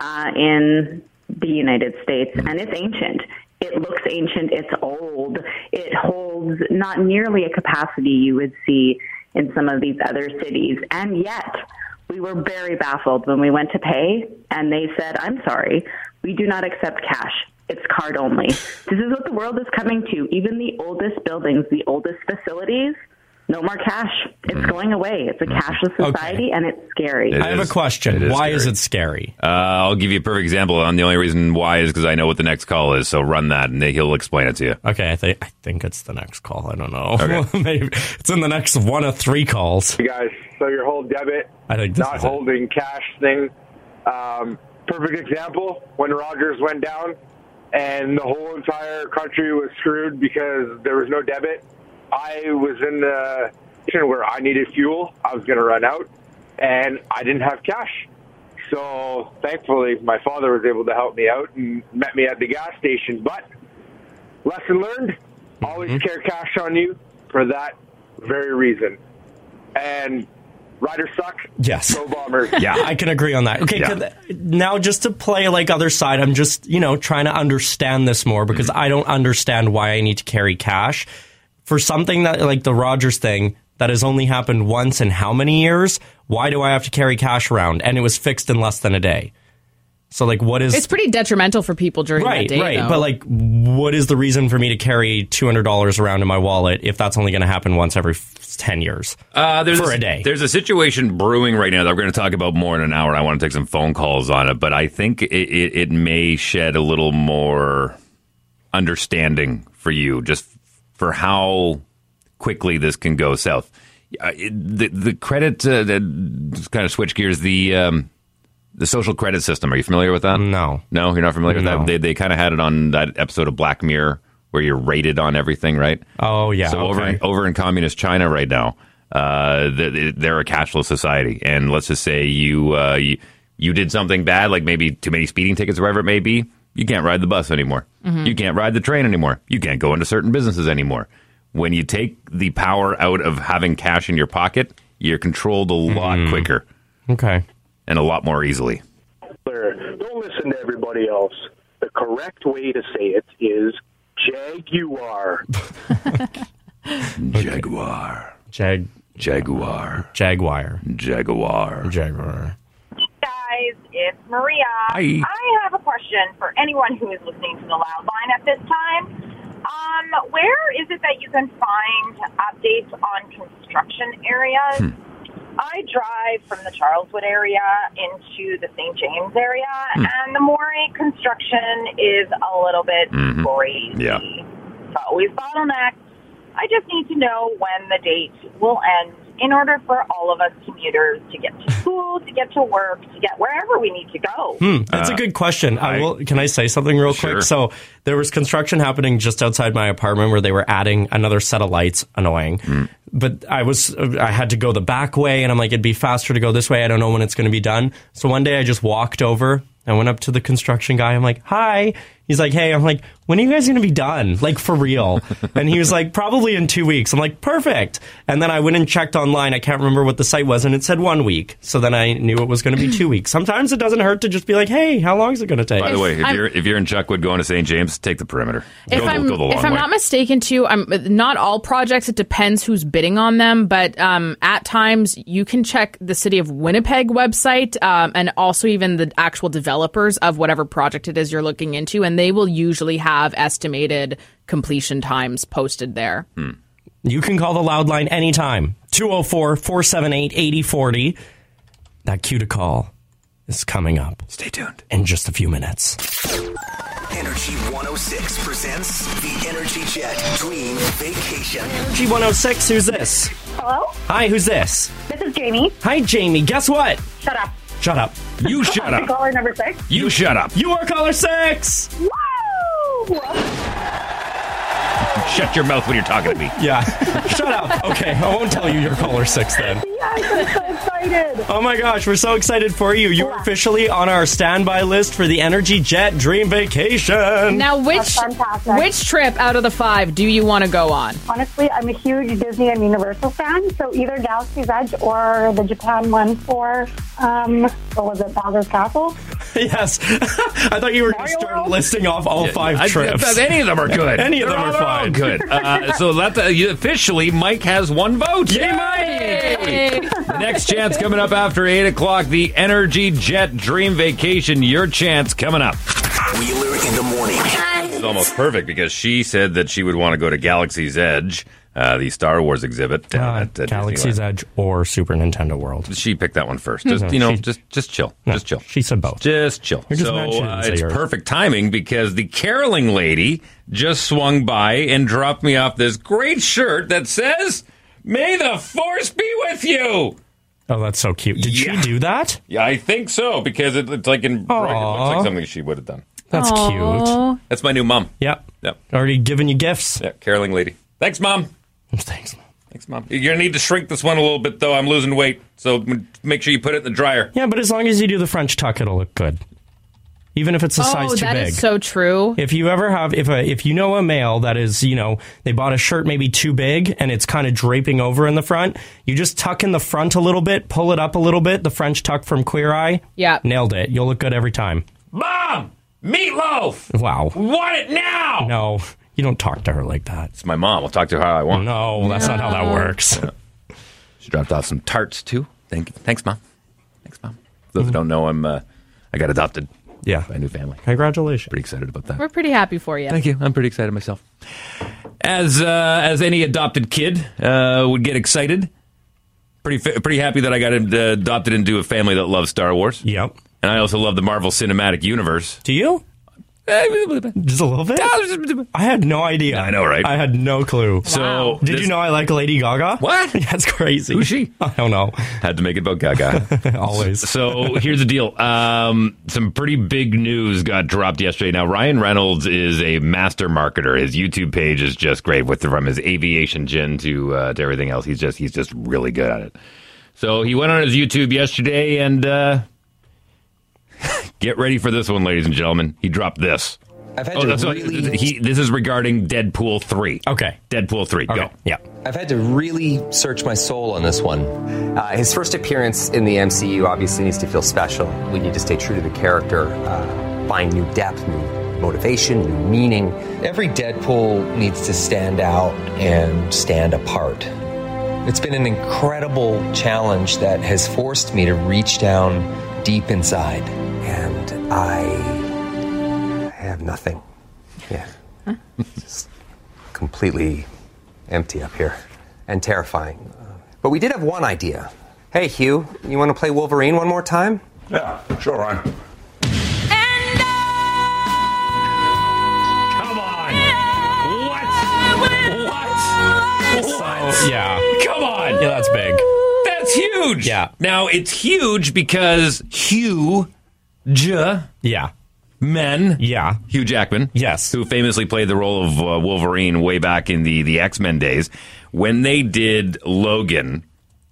[SPEAKER 14] uh, in the United States, and it's ancient. It looks ancient. It's old. It holds not nearly a capacity you would see in some of these other cities, and yet we were very baffled when we went to pay, and they said, "I'm sorry, we do not accept cash." It's card only. This is what the world is coming to. Even the oldest buildings, the oldest facilities, no more cash. It's going away. It's a cashless society and it's scary.
[SPEAKER 3] Hmm. It is- it
[SPEAKER 4] Why is it scary?
[SPEAKER 3] Uh, I'll give you a perfect example. And the only reason why is because I know what the next call is. So run that, and he'll explain it to you.
[SPEAKER 4] Okay, I think I think it's the next call. I don't know.
[SPEAKER 3] Okay.
[SPEAKER 4] Maybe it's in the next one of three calls.
[SPEAKER 16] You guys, so your whole debit,
[SPEAKER 4] I think this
[SPEAKER 16] not
[SPEAKER 4] is it.
[SPEAKER 16] holding cash thing. Um, perfect example when Rogers went down, and the whole entire country was screwed because there was no debit. I was in the position where I needed fuel. I was going to run out, and I didn't have cash. So thankfully, my father was able to help me out and met me at the gas station. But lesson learned: always
[SPEAKER 4] Mm-hmm.
[SPEAKER 16] carry cash on you for that very reason. And Riders suck.
[SPEAKER 4] Yes.
[SPEAKER 16] Go Bombers.
[SPEAKER 4] I can agree on that. Okay,
[SPEAKER 16] Yeah.
[SPEAKER 4] could- now just to play like other side, I'm just, you know, trying to understand this more because I don't understand why I need to carry cash for something that like the Rogers thing that has only happened once in how many years? Why do I have to carry cash around? And it was fixed in less than a day. So like what is
[SPEAKER 5] It's pretty detrimental for people during
[SPEAKER 4] right,
[SPEAKER 5] that day.
[SPEAKER 4] Right,
[SPEAKER 5] though.
[SPEAKER 4] But like, what is the reason for me to carry two hundred dollars around in my wallet if that's only going to happen once every f- ten years?
[SPEAKER 3] Uh, there's
[SPEAKER 4] For
[SPEAKER 3] a,
[SPEAKER 4] a day.
[SPEAKER 3] There's a situation brewing right now that we're going to talk about more in an hour. I want to take some phone calls on it, but I think it, it, it may shed a little more understanding for you just for how quickly this can go south. Uh, it- the, the credit, uh, the, just kind of switch gears, the. Um, the social credit system. Are you familiar with that?
[SPEAKER 4] No.
[SPEAKER 3] No, you're not familiar with
[SPEAKER 4] No.
[SPEAKER 3] that? They, they kind of had it on that episode of Black Mirror where you're rated on everything, right?
[SPEAKER 4] Oh yeah.
[SPEAKER 3] So over
[SPEAKER 4] okay.
[SPEAKER 3] in, over in communist China right now, uh, th- th- they're a cashless society, and let's just say you, uh, you you did something bad, like maybe too many speeding tickets, or whatever it may be. You can't ride the bus anymore.
[SPEAKER 4] Mm-hmm.
[SPEAKER 17] Mhm.
[SPEAKER 3] You can't ride the train anymore. You can't go into certain businesses anymore. When you take the power out of having cash in your pocket, you're controlled a lot quicker
[SPEAKER 4] Mm-hmm. okay.
[SPEAKER 3] and a lot more easily.
[SPEAKER 18] Hitler. Don't listen to everybody else. The correct way to say it is Jaguar.
[SPEAKER 3] Jaguar.
[SPEAKER 4] Jag.
[SPEAKER 3] Jaguar.
[SPEAKER 4] Jaguar.
[SPEAKER 3] Jaguar.
[SPEAKER 4] Jaguar.
[SPEAKER 19] guys, it's Maria.
[SPEAKER 3] Hi.
[SPEAKER 19] I have a question for anyone who is listening to the loud line at this time. Um, where is it that you can find updates on construction areas?
[SPEAKER 20] Hmm.
[SPEAKER 19] I drive from the Charleswood area into the St. James area,
[SPEAKER 20] Hmm.
[SPEAKER 19] and the Moray construction is a little bit
[SPEAKER 20] Mhm.
[SPEAKER 19] crazy.
[SPEAKER 20] Yeah.
[SPEAKER 19] It's always bottlenecked. I just need to know when the date will end in order for all of us commuters to get to school, to get to work, to get wherever we need to go.
[SPEAKER 4] Hmm, that's a good question. I will. Can I say something real quick? So there was construction happening just outside my apartment where they were adding another set of lights. Annoying, but I was I had to go the back way, and I'm like, it'd be faster to go this way. I don't know when it's going to be done. So one day I just walked over. I went up to the construction guy. I'm like, "Hi." He's like, "Hey." I'm like, when are you guys going to be done? Like, for real. and he was like, probably in two weeks. I'm like, perfect. And then I went and checked online. I can't remember what the site was, and it said one week. So then I knew it was going to be two weeks. Sometimes it doesn't hurt to just be like, hey, how long is it going to take?
[SPEAKER 3] By the way, if
[SPEAKER 5] I'm-
[SPEAKER 3] you're if you're in Chuckwood going to St. James, take the perimeter.
[SPEAKER 5] If
[SPEAKER 3] go,
[SPEAKER 5] I'm
[SPEAKER 3] go the long
[SPEAKER 5] if I'm
[SPEAKER 3] way.
[SPEAKER 5] not mistaken, too, I'm not all projects. It depends who's bidding on them, but um, at times you can check the city of Winnipeg website um, and also even the actual developers of whatever project it is you're looking into, and they will usually have estimated completion times posted there.
[SPEAKER 4] You can call the loud line anytime 204 478 8040. That cue to call is coming up.
[SPEAKER 1] Stay tuned.
[SPEAKER 4] In just a few minutes.
[SPEAKER 1] Energy 106 presents the Energy Jet Dream Vacation.
[SPEAKER 4] G 106, who's this?
[SPEAKER 15] Hello?
[SPEAKER 4] Hi, who's this?
[SPEAKER 15] This is Jamie.
[SPEAKER 4] Hi, Jamie. Guess what?
[SPEAKER 15] Shut up.
[SPEAKER 4] Shut up. You shut
[SPEAKER 15] The caller number six.
[SPEAKER 3] You shut up.
[SPEAKER 4] You are caller six.
[SPEAKER 15] Woo!
[SPEAKER 3] Shut your mouth when you're talking to me.
[SPEAKER 4] Yeah. Shut up. Okay, I won't tell you you're caller six then.
[SPEAKER 15] Yes, I'm so excited.
[SPEAKER 4] Oh my gosh, we're so excited for you. You're officially on our standby list for the Energy Jet Dream Vacation.
[SPEAKER 5] Now, which which trip out of the five do you want to go on?
[SPEAKER 15] Honestly, I'm a huge Disney and Universal fan, so either Galaxy's Edge or the Japan one for, um, what was it, Bowser's Castle?
[SPEAKER 4] yes. I thought you were going to start listing off all five
[SPEAKER 3] I- I-
[SPEAKER 4] trips.
[SPEAKER 3] any of them are good.
[SPEAKER 4] Any of them
[SPEAKER 3] They're
[SPEAKER 4] are
[SPEAKER 3] all- they're all
[SPEAKER 4] fine.
[SPEAKER 3] Good. Uh, so that uh, you- officially, Mike has one vote. The Next chance coming up after eight o'clock. The Energy Jet Dream Vacation. Your chance coming up.
[SPEAKER 1] Wheeler in the morning.
[SPEAKER 3] This is almost perfect because she said that she would want to go to Galaxy's Edge, uh, the Star Wars exhibit down at uh,
[SPEAKER 4] Galaxy's Edge or Super Nintendo World. Mm-hmm.
[SPEAKER 3] Disneyland. She picked that one first. Just you know, just just chill.
[SPEAKER 4] just chill. She said both.
[SPEAKER 3] Just chill.
[SPEAKER 4] You're just
[SPEAKER 3] so
[SPEAKER 4] mad she didn't
[SPEAKER 3] uh,
[SPEAKER 4] say
[SPEAKER 3] it's
[SPEAKER 4] yours.
[SPEAKER 3] perfect timing because the caroling lady just swung by and dropped me off this great shirt that says "May the Force be with you."
[SPEAKER 4] Oh, that's so cute. Did she do that?
[SPEAKER 3] Yeah, I think so because it, it's like in bright- it looks like something she would have done.
[SPEAKER 4] That's
[SPEAKER 5] Aw.
[SPEAKER 4] cute.
[SPEAKER 3] That's my new mom.
[SPEAKER 4] Yep.
[SPEAKER 3] Yep.
[SPEAKER 4] Already giving you gifts.
[SPEAKER 3] Yeah, caroling lady. Thanks, mom.
[SPEAKER 4] Thanks, mom.
[SPEAKER 3] Thanks, mom. You're gonna need to shrink this one a little bit though. I'm losing weight, so m- make sure you put it in the dryer.
[SPEAKER 4] Yeah, but as long as you do the French tuck, it'll look good. Even if it's a
[SPEAKER 5] oh,
[SPEAKER 4] size too
[SPEAKER 5] that
[SPEAKER 4] big.
[SPEAKER 5] is so true.
[SPEAKER 4] if you ever have, if a, if you know a male that is, you know, they bought a shirt maybe too big and it's kind of draping over in the front, you just tuck in the front a little bit, pull it up a little bit, the French tuck from Queer Eye.
[SPEAKER 5] Yeah.
[SPEAKER 4] Nailed it. You'll look good every time.
[SPEAKER 3] Mom, meatloaf.
[SPEAKER 4] Wow.
[SPEAKER 3] Want it now?
[SPEAKER 4] No, you don't talk to her like that.
[SPEAKER 3] It's my mom. I'll talk to her how I want.
[SPEAKER 4] No, that's not how that No. works.
[SPEAKER 3] She dropped off some tarts too. Thank, thanks, mom. Thanks, mom. Those that don't know, I'm uh, I got adopted.
[SPEAKER 4] Yeah,
[SPEAKER 3] by a new family.
[SPEAKER 4] Congratulations.
[SPEAKER 3] Pretty excited about that.
[SPEAKER 5] We're pretty happy for you.
[SPEAKER 3] Thank you. I'm pretty excited myself. As uh, as any adopted kid uh, would get excited. Pretty fa- pretty happy that I got ad- adopted into a family that loves Star Wars.
[SPEAKER 4] Yep.
[SPEAKER 3] And I also love the Marvel Cinematic Universe.
[SPEAKER 4] Do you? Just a little bit. I had no idea. I know, right? I had no clue.
[SPEAKER 3] So, Wow.
[SPEAKER 4] did
[SPEAKER 3] this-
[SPEAKER 4] you know I like Lady Gaga? What? That's crazy. Oh, Who's she? I don't know.
[SPEAKER 3] Had to make it about Gaga.
[SPEAKER 4] Always.
[SPEAKER 3] So here's the deal. Um, some pretty big news got dropped yesterday. Now Ryan Reynolds is a master marketer. His YouTube page is just great with from his aviation gin to uh, to everything else. He's just he's just really good at it. So he went on his YouTube yesterday and uh, get ready for this one, ladies and gentlemen. He dropped this.
[SPEAKER 17] I've had
[SPEAKER 3] Oh,
[SPEAKER 17] to
[SPEAKER 3] that's what-
[SPEAKER 17] really-
[SPEAKER 3] he, this is regarding Deadpool three. Okay, Deadpool three. Go.
[SPEAKER 4] Yeah.
[SPEAKER 17] I've had to really search my soul on this one. Uh, his first appearance in the MCU obviously needs to feel special. We need to stay true to the character, uh, find new depth, new motivation, new meaning. Every Deadpool needs to stand out and stand apart. It's been an incredible challenge that has forced me to reach down deep inside, and I have nothing. Yeah. Just completely empty up here and terrifying. Uh, But we did have one idea. Hey, Hugh, you want to play Wolverine one more time? Yeah, sure, Ryan.
[SPEAKER 3] Come on. What? What? What?
[SPEAKER 4] Oh, Yeah.
[SPEAKER 3] Come on.
[SPEAKER 4] Yeah, that's big.
[SPEAKER 3] That's huge. Yeah. Now it's huge because Hugh J.
[SPEAKER 4] Yeah.
[SPEAKER 3] Men.
[SPEAKER 4] Yeah.
[SPEAKER 3] Hugh Jackman.
[SPEAKER 4] Yes.
[SPEAKER 3] Who famously played the role of uh, Wolverine way back in the the X Men days when they did Logan.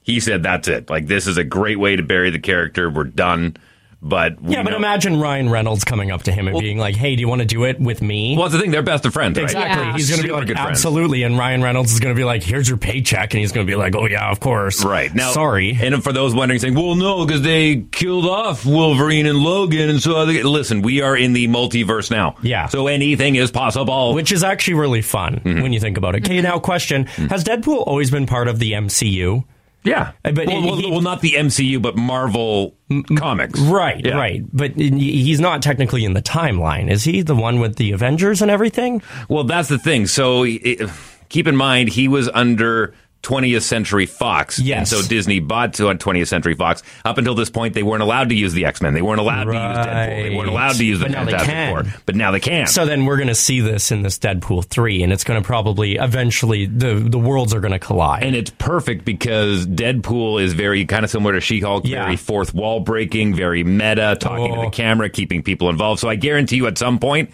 [SPEAKER 3] He said, "That's it. Like this is a great way to bury the character. We're done." But we
[SPEAKER 4] yeah, but
[SPEAKER 3] know-
[SPEAKER 4] imagine Ryan Reynolds coming up to him and being like, "Hey, do you want to do it with me?" Well,
[SPEAKER 3] that's the thing; they're best of friends, right?
[SPEAKER 4] Exactly.
[SPEAKER 3] Yeah.
[SPEAKER 4] He's going to be
[SPEAKER 3] Super
[SPEAKER 4] like,
[SPEAKER 3] good friends.
[SPEAKER 4] "Absolutely," and Ryan Reynolds is going to be like, "Here's your paycheck," and he's going to be like, "Oh yeah, of course."
[SPEAKER 3] Right now,
[SPEAKER 4] sorry.
[SPEAKER 3] And for those wondering, saying, "Well, no, because they killed off Wolverine and Logan," and so other- listen, we are in the multiverse now. Yeah. So anything is possible,
[SPEAKER 4] which is actually really fun
[SPEAKER 3] Mm-hmm.
[SPEAKER 4] when you think about it. Okay, now question: Has Deadpool always been part of the MCU?
[SPEAKER 3] Yeah,
[SPEAKER 4] Uh, but
[SPEAKER 3] well, well, well, not the MCU, but Marvel comics.
[SPEAKER 4] Right, right. But he- he's not technically in the timeline, is he? The one with the Avengers and everything?
[SPEAKER 3] Well, that's the thing. So it, keep in mind, he was under 20th Century Fox.
[SPEAKER 4] Yes.
[SPEAKER 3] And so Disney bought to 20th Century Fox. Up until this point, they weren't allowed to use the X Men. They weren't allowed to use Deadpool. They weren't allowed to use the
[SPEAKER 4] But now they
[SPEAKER 3] Fantastic
[SPEAKER 4] can.
[SPEAKER 3] Four. But now they can.
[SPEAKER 4] So then we're going to see this in this Deadpool 3 and it's going to probably eventually the the worlds are going to collide.
[SPEAKER 3] and it's perfect because Deadpool is very kind of similar to She-Hulk, very fourth wall breaking, very meta, talking
[SPEAKER 4] Oh.
[SPEAKER 3] to the camera, keeping people involved. So I guarantee you, at some point,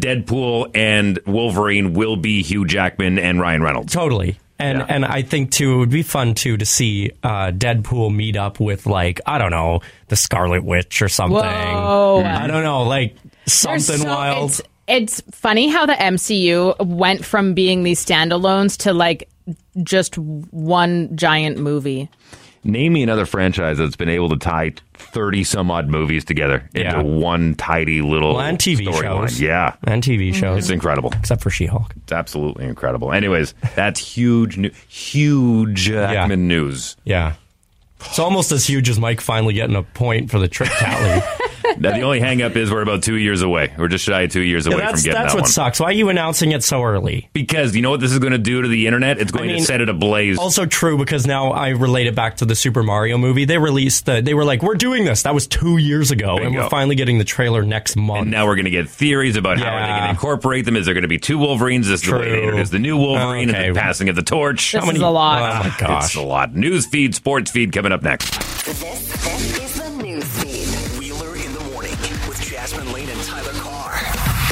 [SPEAKER 3] Deadpool and Wolverine will be Hugh Jackman and Ryan Reynolds.
[SPEAKER 4] Totally. And and I think too it would be fun too to see uh, Deadpool meet up with like I don't know the Scarlet Witch or something.
[SPEAKER 5] Whoa.
[SPEAKER 4] I don't know like
[SPEAKER 5] They're
[SPEAKER 4] something
[SPEAKER 5] so-
[SPEAKER 4] wild.
[SPEAKER 5] It's, it's funny how the MCU went from being these standalones to like just one giant movie.
[SPEAKER 3] Name me another franchise that's been able to tie thirty some odd movies together
[SPEAKER 4] Yeah.
[SPEAKER 3] into one tidy little
[SPEAKER 4] Well, and TV
[SPEAKER 3] storyline.
[SPEAKER 4] shows.
[SPEAKER 3] Yeah,
[SPEAKER 4] and TV shows.
[SPEAKER 3] It's incredible,
[SPEAKER 4] except for She-Hulk.
[SPEAKER 3] It's absolutely incredible. Anyways, that's huge, new- huge Jackman news.
[SPEAKER 4] Yeah. It's almost as huge as Mike finally getting a point for the trick tally.
[SPEAKER 3] Now the only hang up is we're about two years away. We're just shy of two years
[SPEAKER 4] Yeah,
[SPEAKER 3] away
[SPEAKER 4] that's
[SPEAKER 3] from getting
[SPEAKER 4] that's
[SPEAKER 3] that
[SPEAKER 4] what
[SPEAKER 3] one.
[SPEAKER 4] sucks. Why are you announcing it so early?
[SPEAKER 3] Because you know what this is going to do to the internet? It's going
[SPEAKER 4] mean,
[SPEAKER 3] to set it ablaze.
[SPEAKER 4] Also true because now I relate it back to the Super Mario movie. They released the they were like, We're doing this. That was two years ago and
[SPEAKER 3] Bingo.
[SPEAKER 4] we're finally getting the trailer next month.
[SPEAKER 3] And now we're going to get theories about how are they going to incorporate them? Is there going to be two Wolverines? Is this the way they
[SPEAKER 4] True.
[SPEAKER 3] introduce the new Wolverine
[SPEAKER 4] Okay.
[SPEAKER 3] and the passing of the torch?
[SPEAKER 5] This How many- is a lot.
[SPEAKER 3] Oh my gosh, it's a lot. News feed, sports feed coming up next.
[SPEAKER 2] Is the news feed. Wheeler in the morning with Jasmine Lane and Tyler Carr.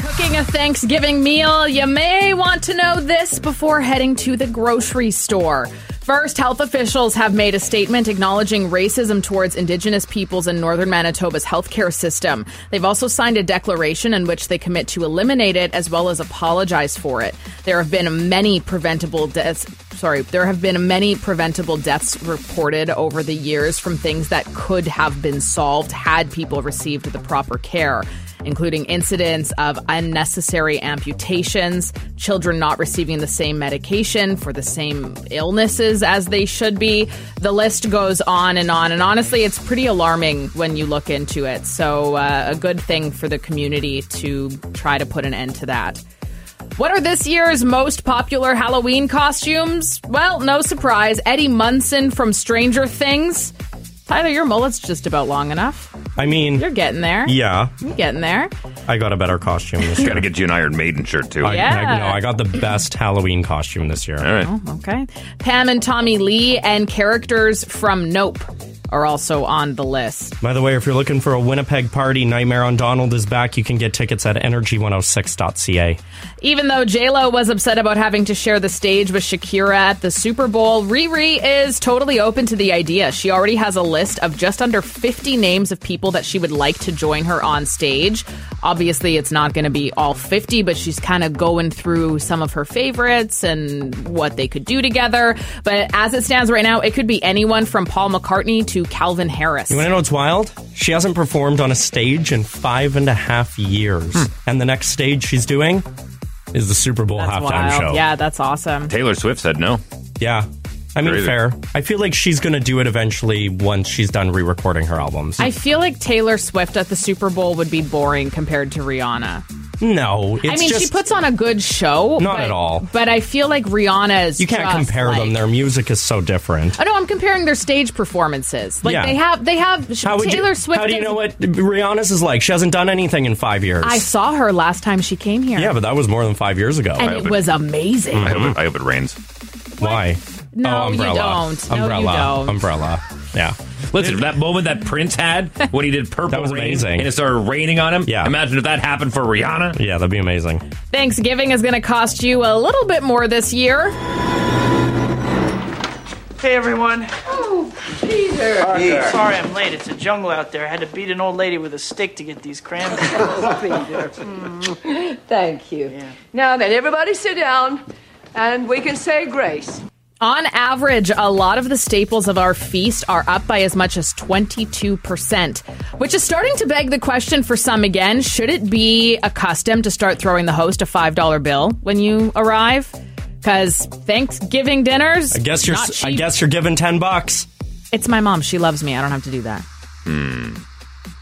[SPEAKER 5] Cooking a Thanksgiving meal, you may want to know this before heading to the grocery store. First, health officials have made a statement acknowledging racism towards Indigenous peoples in northern Manitoba's healthcare system. They've also signed a declaration in which they commit to eliminate it as well as apologize for it. There have been many preventable deaths. Sorry, there have been many preventable deaths reported over the years from things that could have been solved had people received the proper care including incidents of unnecessary amputations, children not receiving the same medication for the same illnesses as they should be. The list goes on and on. And honestly, it's pretty alarming when you look into it. So, uh, a good thing for the community to try to put an end to that. What are this year's most popular Halloween costumes? Well, no surprise, Eddie Munson from Stranger Things. Tyler, your mullet's just about long enough.
[SPEAKER 4] I mean
[SPEAKER 5] You're getting there.
[SPEAKER 4] Hmm. Yeah.
[SPEAKER 5] You're getting there.
[SPEAKER 4] I got a better costume this year.
[SPEAKER 3] Gotta get you an Iron Maiden shirt too.
[SPEAKER 4] I,
[SPEAKER 5] Yeah.
[SPEAKER 4] I, no, I got the best Halloween costume this year.
[SPEAKER 3] All right.
[SPEAKER 5] Oh, Okay. Pam and Tommy Lee and characters from Nope are also on the list.
[SPEAKER 4] By the way, if you're looking for a Winnipeg party, Nightmare on Donald is back. You can get tickets at energy106.ca.
[SPEAKER 5] Even though JLo was upset about having to share the stage with Shakira at the Super Bowl, Riri is totally open to the idea. She already has a list of just under 50 names of people that she would like to join her on stage. Obviously, it's not going to be all 50, but she's kind of going through some of her favorites and what they could do together. But as it stands right now, it could be anyone from Paul McCartney to Calvin Harris.
[SPEAKER 4] You want to know what's wild? She hasn't performed on a stage in five and a half years.
[SPEAKER 5] Hmm.
[SPEAKER 4] And the next stage she's doing is the Super Bowl halftime
[SPEAKER 5] Wild.
[SPEAKER 4] show.
[SPEAKER 5] Yeah, that's awesome.
[SPEAKER 3] Taylor Swift said no.
[SPEAKER 4] Yeah. I mean,
[SPEAKER 3] Crazy.
[SPEAKER 4] fair. I feel like she's going to do it eventually once she's done re recording her albums.
[SPEAKER 5] I feel like Taylor Swift at the Super Bowl would be boring compared to Rihanna.
[SPEAKER 4] no, it's
[SPEAKER 5] I mean,
[SPEAKER 4] just.
[SPEAKER 5] she puts on a good show.
[SPEAKER 4] Not
[SPEAKER 5] but,
[SPEAKER 4] at all.
[SPEAKER 5] But I feel like Rihanna is.
[SPEAKER 4] you can't
[SPEAKER 5] just
[SPEAKER 4] compare
[SPEAKER 5] like-
[SPEAKER 4] them. Their music is so different.
[SPEAKER 5] Oh no, I'm comparing their stage performances. Like
[SPEAKER 4] Yeah.
[SPEAKER 5] they have, they have
[SPEAKER 4] How would
[SPEAKER 5] Taylor
[SPEAKER 4] you,
[SPEAKER 5] Swift.
[SPEAKER 4] How do you
[SPEAKER 5] is-
[SPEAKER 4] know what Rihanna's is like? She hasn't done anything in five years.
[SPEAKER 5] I saw her last time she came here.
[SPEAKER 4] yeah, but that was more than five years ago.
[SPEAKER 5] and it was amazing.
[SPEAKER 3] I hope it, I hope it rains.
[SPEAKER 4] Why?
[SPEAKER 5] No,
[SPEAKER 4] oh,
[SPEAKER 5] you
[SPEAKER 4] umbrella.
[SPEAKER 5] don't. No, you
[SPEAKER 4] Umbrella.
[SPEAKER 5] don't.
[SPEAKER 4] Umbrella. Yeah.
[SPEAKER 3] Listen, that moment that Prince had when he did Purple
[SPEAKER 4] That was
[SPEAKER 3] Rain
[SPEAKER 4] amazing.
[SPEAKER 3] and it started raining on him.
[SPEAKER 4] Yeah.
[SPEAKER 3] Imagine if that happened for Rihanna.
[SPEAKER 4] Yeah, that'd be amazing.
[SPEAKER 5] Thanksgiving is going to cost you a little bit more this year.
[SPEAKER 20] Hey everyone.
[SPEAKER 11] Oh, Peter.
[SPEAKER 20] Hey, Sorry I'm late. It's a jungle out there. I had to beat an old lady with a stick to get these cranberries.
[SPEAKER 21] Thank you. Now then, everybody sit down and we can say grace.
[SPEAKER 5] On average, a lot of the staples of our feast are up by as much as 22%, which is starting to beg the question for some again should it be a custom to start throwing the host a $5 bill when you arrive? Because Thanksgiving dinners.
[SPEAKER 4] I guess you're.
[SPEAKER 5] not
[SPEAKER 4] I
[SPEAKER 5] cheap.
[SPEAKER 4] guess you're given ten bucks.
[SPEAKER 5] It's my mom. She loves me. I don't have to do that.
[SPEAKER 3] Hmm.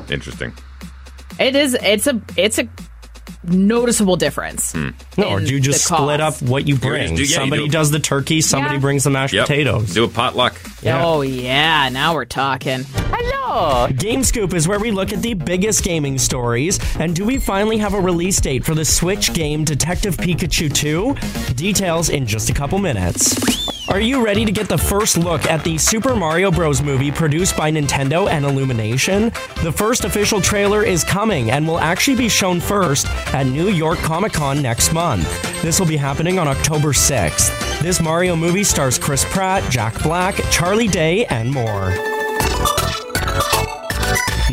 [SPEAKER 3] Interesting.
[SPEAKER 5] It is. It's a. It's a noticeable difference.
[SPEAKER 4] No, or do you just
[SPEAKER 5] the
[SPEAKER 4] split up what you
[SPEAKER 3] You're
[SPEAKER 4] bring?
[SPEAKER 3] just- yeah, you
[SPEAKER 4] somebody
[SPEAKER 3] Hmm. do-
[SPEAKER 4] does the turkey. Somebody brings the mashed potatoes.
[SPEAKER 3] Do a potluck.
[SPEAKER 5] Oh yeah. Now we're talking.
[SPEAKER 4] Hello. Game Scoop is where we look at the biggest gaming stories. And do we finally have a release date for the Switch game Detective Pikachu 2? Details in just a couple minutes. Are you ready to get the first look at the Super Mario Bros. movie produced by Nintendo and Illumination? The first official trailer is coming and will actually be shown first at New York Comic Con next month. This will be happening on October 6th. This Mario movie stars Chris Pratt, Jack Black, Charlie Day, and more.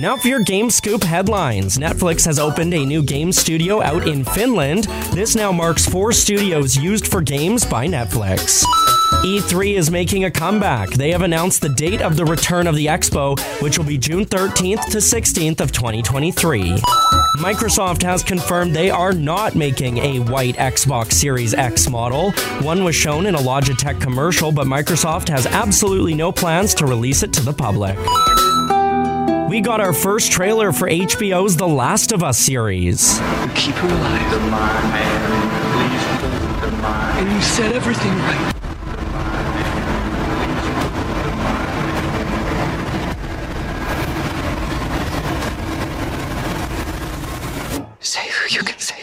[SPEAKER 4] Now for your Game Scoop headlines. Netflix has opened a new game studio out in Finland. This now marks four studios used for games by Netflix. E3 is making a comeback. They have announced the date of the return of the expo, which will be June 13th to 16th of 2023. Microsoft has confirmed they are not making a white Xbox Series X model. One was shown in a Logitech commercial, but Microsoft has absolutely no plans to release it to the public. We got our first trailer for HBO's The Last of Us series.
[SPEAKER 11] Keep her alive. The man, please. The man. And you said everything right.
[SPEAKER 14] Say who you can say.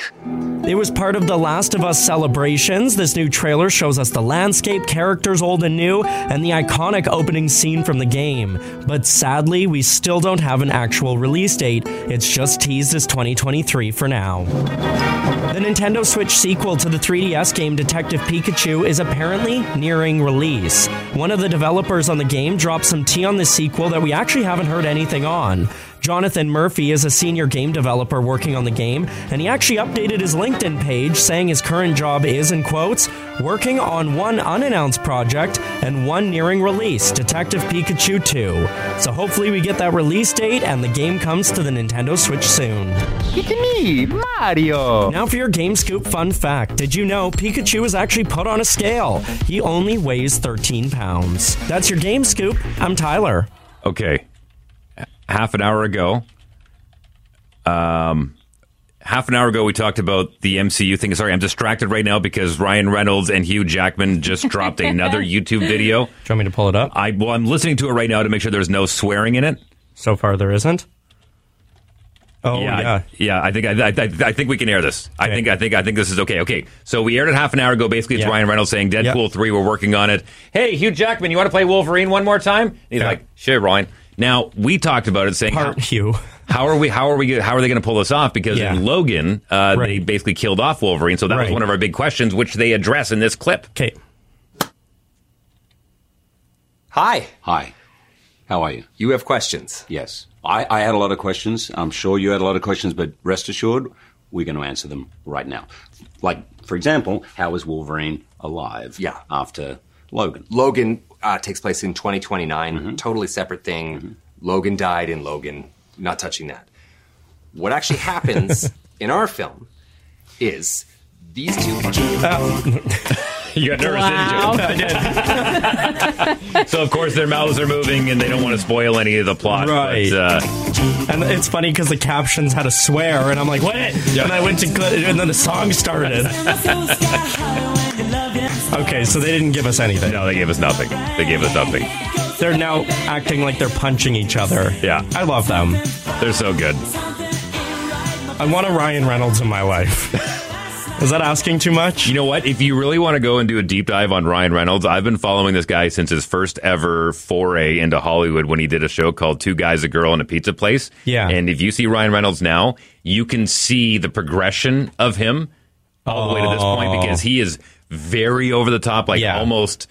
[SPEAKER 4] It was part of The Last of Us celebrations. This new trailer shows us the landscape, characters old and new, and the iconic opening scene from the game. But sadly, we still don't have an actual release date. It's just teased as 2023 for now. The Nintendo Switch sequel to the 3DS game Detective Pikachu is apparently nearing release. One of the developers on the game dropped some tea on this sequel that we actually haven't heard anything on. Jonathan Murphy is a senior game developer working on the game, and he actually updated his LinkedIn page saying his current job is, in quotes, working on one unannounced project and one nearing release, Detective Pikachu 2. So hopefully we get that release date and the game comes to the Nintendo Switch soon. It's me, Mario. Now for your Game Scoop fun fact. Did you know Pikachu is actually put on a scale? He only weighs 13 pounds. That's your Game Scoop. I'm Tyler.
[SPEAKER 3] Okay. Half an hour ago. Um. Half an hour ago, we talked about the MCU thing. Sorry, I'm distracted right now because Ryan Reynolds and Hugh Jackman just dropped another YouTube video. Do you
[SPEAKER 4] want me to pull it up?
[SPEAKER 3] I well, I'm listening to it right now to make sure there's no swearing in it.
[SPEAKER 4] So far, there isn't. Oh
[SPEAKER 3] yeah, yeah. I think I, I, I think we can air this. I think I think I think this is okay. Okay, so we aired it half an hour ago. Basically, it's
[SPEAKER 4] Yeah.
[SPEAKER 3] Ryan Reynolds saying Deadpool three. We're working on it. Hey, Hugh Jackman, you want to play Wolverine one more time? And he's like, sure, Ryan. Now we talked about it, saying
[SPEAKER 4] Part Hugh.
[SPEAKER 3] How are we? How are we? How are they going to pull this off? Because in Logan, uh, they basically killed off Wolverine. So that was
[SPEAKER 4] Right.
[SPEAKER 3] one of our big questions, which they address in this clip.
[SPEAKER 4] Okay.
[SPEAKER 22] Hi.
[SPEAKER 23] Hi. How are you?
[SPEAKER 22] You have questions.
[SPEAKER 23] Yes. I, I had a lot of questions. I'm sure you had a lot of questions, but rest assured, we're going to answer them right now. Like, for example, how was Wolverine alive?
[SPEAKER 22] Yeah.
[SPEAKER 23] After Logan. Mm-hmm.
[SPEAKER 22] Logan uh, takes place in 2029, totally separate thing. Logan died in Logan, not touching that. What actually happens in our film is these two.
[SPEAKER 3] you got nervous, didn't you? so of course their mouths are moving, and they don't want to spoil any of the plot.
[SPEAKER 4] Right.
[SPEAKER 3] But, uh,
[SPEAKER 4] And it's funny because the captions had a swear, and I'm like, what? And I went to click, and then the song started. okay, so they didn't give us anything.
[SPEAKER 3] No, they gave us nothing. They gave us nothing.
[SPEAKER 4] They're now acting like they're punching each other.
[SPEAKER 3] Yeah.
[SPEAKER 4] I love them.
[SPEAKER 3] They're so good.
[SPEAKER 4] I want a Ryan Reynolds in my life. Is that asking too much?
[SPEAKER 3] You know what? If you really want to go and do a deep dive on Ryan Reynolds, I've been following this guy since his first ever foray into Hollywood when he did a show called Two Guys, a Girl, and a Pizza Place.
[SPEAKER 4] Yeah.
[SPEAKER 3] And if you see Ryan Reynolds now, you can see the progression of him all the way to this point
[SPEAKER 4] Oh.
[SPEAKER 3] because he is very over the top, like almost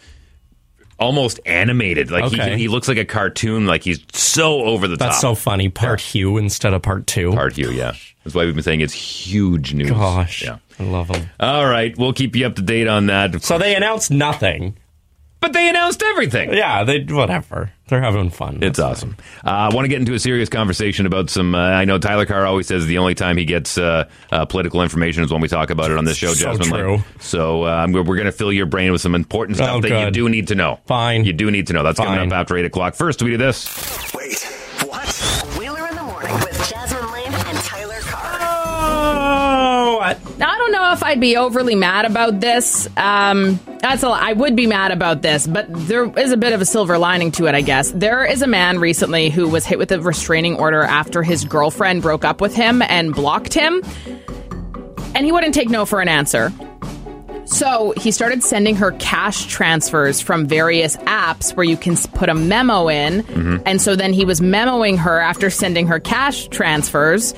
[SPEAKER 3] almost animated. Like
[SPEAKER 4] Okay.
[SPEAKER 3] he, he looks like a cartoon. Like he's so over the
[SPEAKER 4] That's
[SPEAKER 3] top.
[SPEAKER 4] so funny. Part Hugh instead of part two.
[SPEAKER 3] Part Hugh, yeah. That's why we've been saying it's huge news.
[SPEAKER 4] Gosh.
[SPEAKER 3] Yeah.
[SPEAKER 4] I love him.
[SPEAKER 3] All right, we'll keep you up to date on that.
[SPEAKER 4] So they announced nothing,
[SPEAKER 3] but they announced everything.
[SPEAKER 4] Yeah, they whatever. They're having fun.
[SPEAKER 3] It's awesome. Uh, I want to get into a serious conversation about some. Uh, I know Tyler Carr always says the only time he gets uh, uh, political information is when we talk about it on this show,
[SPEAKER 4] So
[SPEAKER 3] Jasmine. Lane.
[SPEAKER 4] true.
[SPEAKER 3] So uh, I'm- we're going to fill your brain with some important stuff
[SPEAKER 4] Oh,
[SPEAKER 3] that you
[SPEAKER 4] good.
[SPEAKER 3] do need to know. Fine. You do need to know. That's coming
[SPEAKER 4] Fine.
[SPEAKER 3] up after 8 o'clock. First, we do this.
[SPEAKER 2] Wheeler in the morning with Jasmine Lane and Tyler Carr.
[SPEAKER 4] Oh, I,
[SPEAKER 5] Now, I don't know if I'd be overly mad about this. Um, that's a, I would be mad about this, but there is a bit of a silver lining to it, I guess. There is a man recently who was hit with a restraining order after his girlfriend broke up with him and blocked him, and he wouldn't take no for an answer. So he started sending her cash transfers from various apps where you can s- put a memo in.
[SPEAKER 7] Mhm.
[SPEAKER 5] And so then he was memoing her after sending her cash transfers.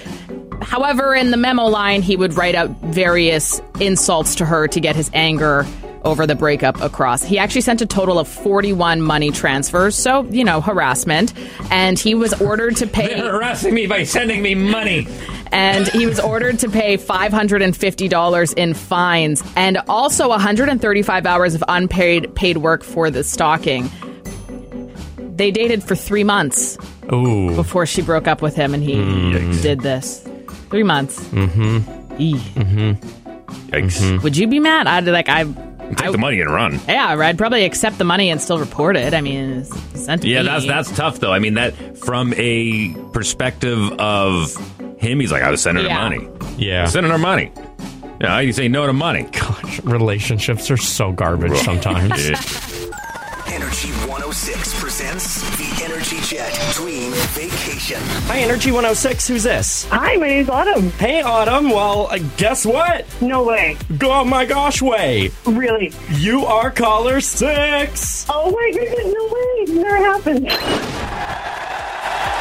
[SPEAKER 5] However, in the memo line, he would write out various insults to her to get his anger over the breakup across. He actually sent a total of 41 money transfers. So, you know, harassment. And he was ordered to pay.
[SPEAKER 3] They're harassing me by sending me money.
[SPEAKER 5] And he was ordered to pay $550 in fines and also 135 hours of unpaid paid work for the stalking. They dated for three months
[SPEAKER 4] Ooh.
[SPEAKER 5] before she broke up with him, and he
[SPEAKER 4] Yikes.
[SPEAKER 5] did this. Three months.
[SPEAKER 4] Mm-hmm. Mm-hmm.
[SPEAKER 3] Yikes.
[SPEAKER 5] Would you be mad? I'd like I.
[SPEAKER 3] Take the money and run.
[SPEAKER 5] Yeah, I'd probably accept the money and still report it. I mean, it's sent to
[SPEAKER 3] Yeah,
[SPEAKER 5] me.
[SPEAKER 3] that's that's tough though. I mean, that from a perspective of him, he's like, I was sending
[SPEAKER 5] Yeah.
[SPEAKER 3] her money. Yeah, sending her money. Yeah, how do you say no to money?
[SPEAKER 4] Gosh, relationships are so garbage sometimes.
[SPEAKER 1] Energy 106 presents the Energy Jet Dream Vacation.
[SPEAKER 4] Hi, Energy 106. Who's this?
[SPEAKER 8] Hi, my name's Autumn.
[SPEAKER 4] Hey, Autumn. Well, uh, guess what?
[SPEAKER 8] No way.
[SPEAKER 4] Oh my gosh, way.
[SPEAKER 8] Really?
[SPEAKER 4] You are caller six.
[SPEAKER 8] Oh my goodness, no way. It never happened.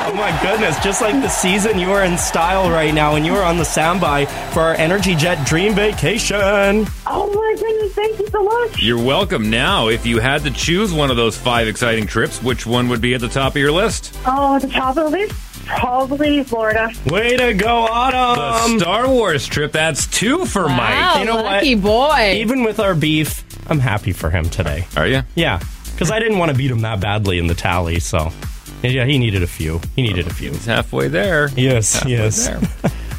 [SPEAKER 4] Oh my goodness. Just like the season, you are in style right now, and you are on the soundby for our Energy Jet Dream Vacation.
[SPEAKER 8] Oh my goodness, thank you so much.
[SPEAKER 3] You're welcome. Now, if you had to choose one of those five exciting trips, which one would be at the top of your list?
[SPEAKER 8] Oh, the top of the list? Probably Florida.
[SPEAKER 4] Way to go, Autumn.
[SPEAKER 3] The Star Wars trip. That's two for Mike.
[SPEAKER 4] You know
[SPEAKER 5] Um, lucky boy.
[SPEAKER 4] Even with our beef, I'm happy for him today.
[SPEAKER 3] Are you?
[SPEAKER 4] Yeah, because I didn't want to beat him that badly in the tally, so. Yeah, he needed a few. He needed a few. He's
[SPEAKER 3] halfway there.
[SPEAKER 4] Yes, yes.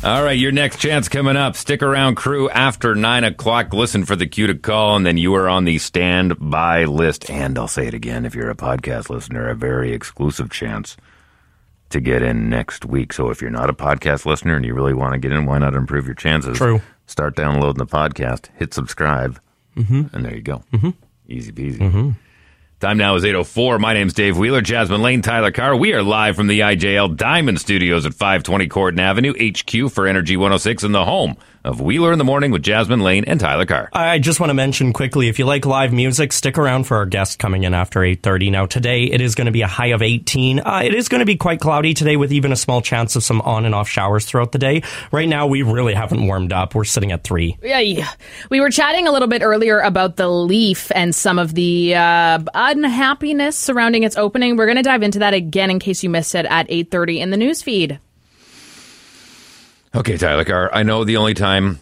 [SPEAKER 3] All right, your next chance coming up. Stick around, crew, after 9 o'clock. Listen for the cue to call, and then you are on the standby list. And I'll say it again if you're a podcast listener, a very exclusive chance to get in next week. So if you're not a podcast listener and you really want to get in, why not improve your chances?
[SPEAKER 4] True.
[SPEAKER 3] Start downloading the podcast, hit subscribe,
[SPEAKER 4] Mhm.
[SPEAKER 3] and there you go.
[SPEAKER 4] Mhm.
[SPEAKER 3] Easy peasy. Time now is 8.04. My name's Dave Wheeler, Jasmine Lane, Tyler Carr. We are live from the IJL Diamond Studios at 520 Corden Avenue, HQ for Energy 106 and the home of Wheeler in the Morning with Jasmine Lane and Tyler Carr.
[SPEAKER 4] I just want to mention quickly if you like live music, stick around for our guest coming in after 8:30. Now today it is going to be a high of 18. Uh, it is going to be quite cloudy today with even a small chance of some on and off showers throughout the day. Right now we really haven't warmed up. We're sitting at 3.
[SPEAKER 5] Yeah, yeah. We were chatting a little bit earlier about the Leaf and some of the uh, unhappiness surrounding its opening. We're going to dive into that again in case you missed it at 8:30 in the news feed.
[SPEAKER 3] Okay, Tyler Carr, I know the only time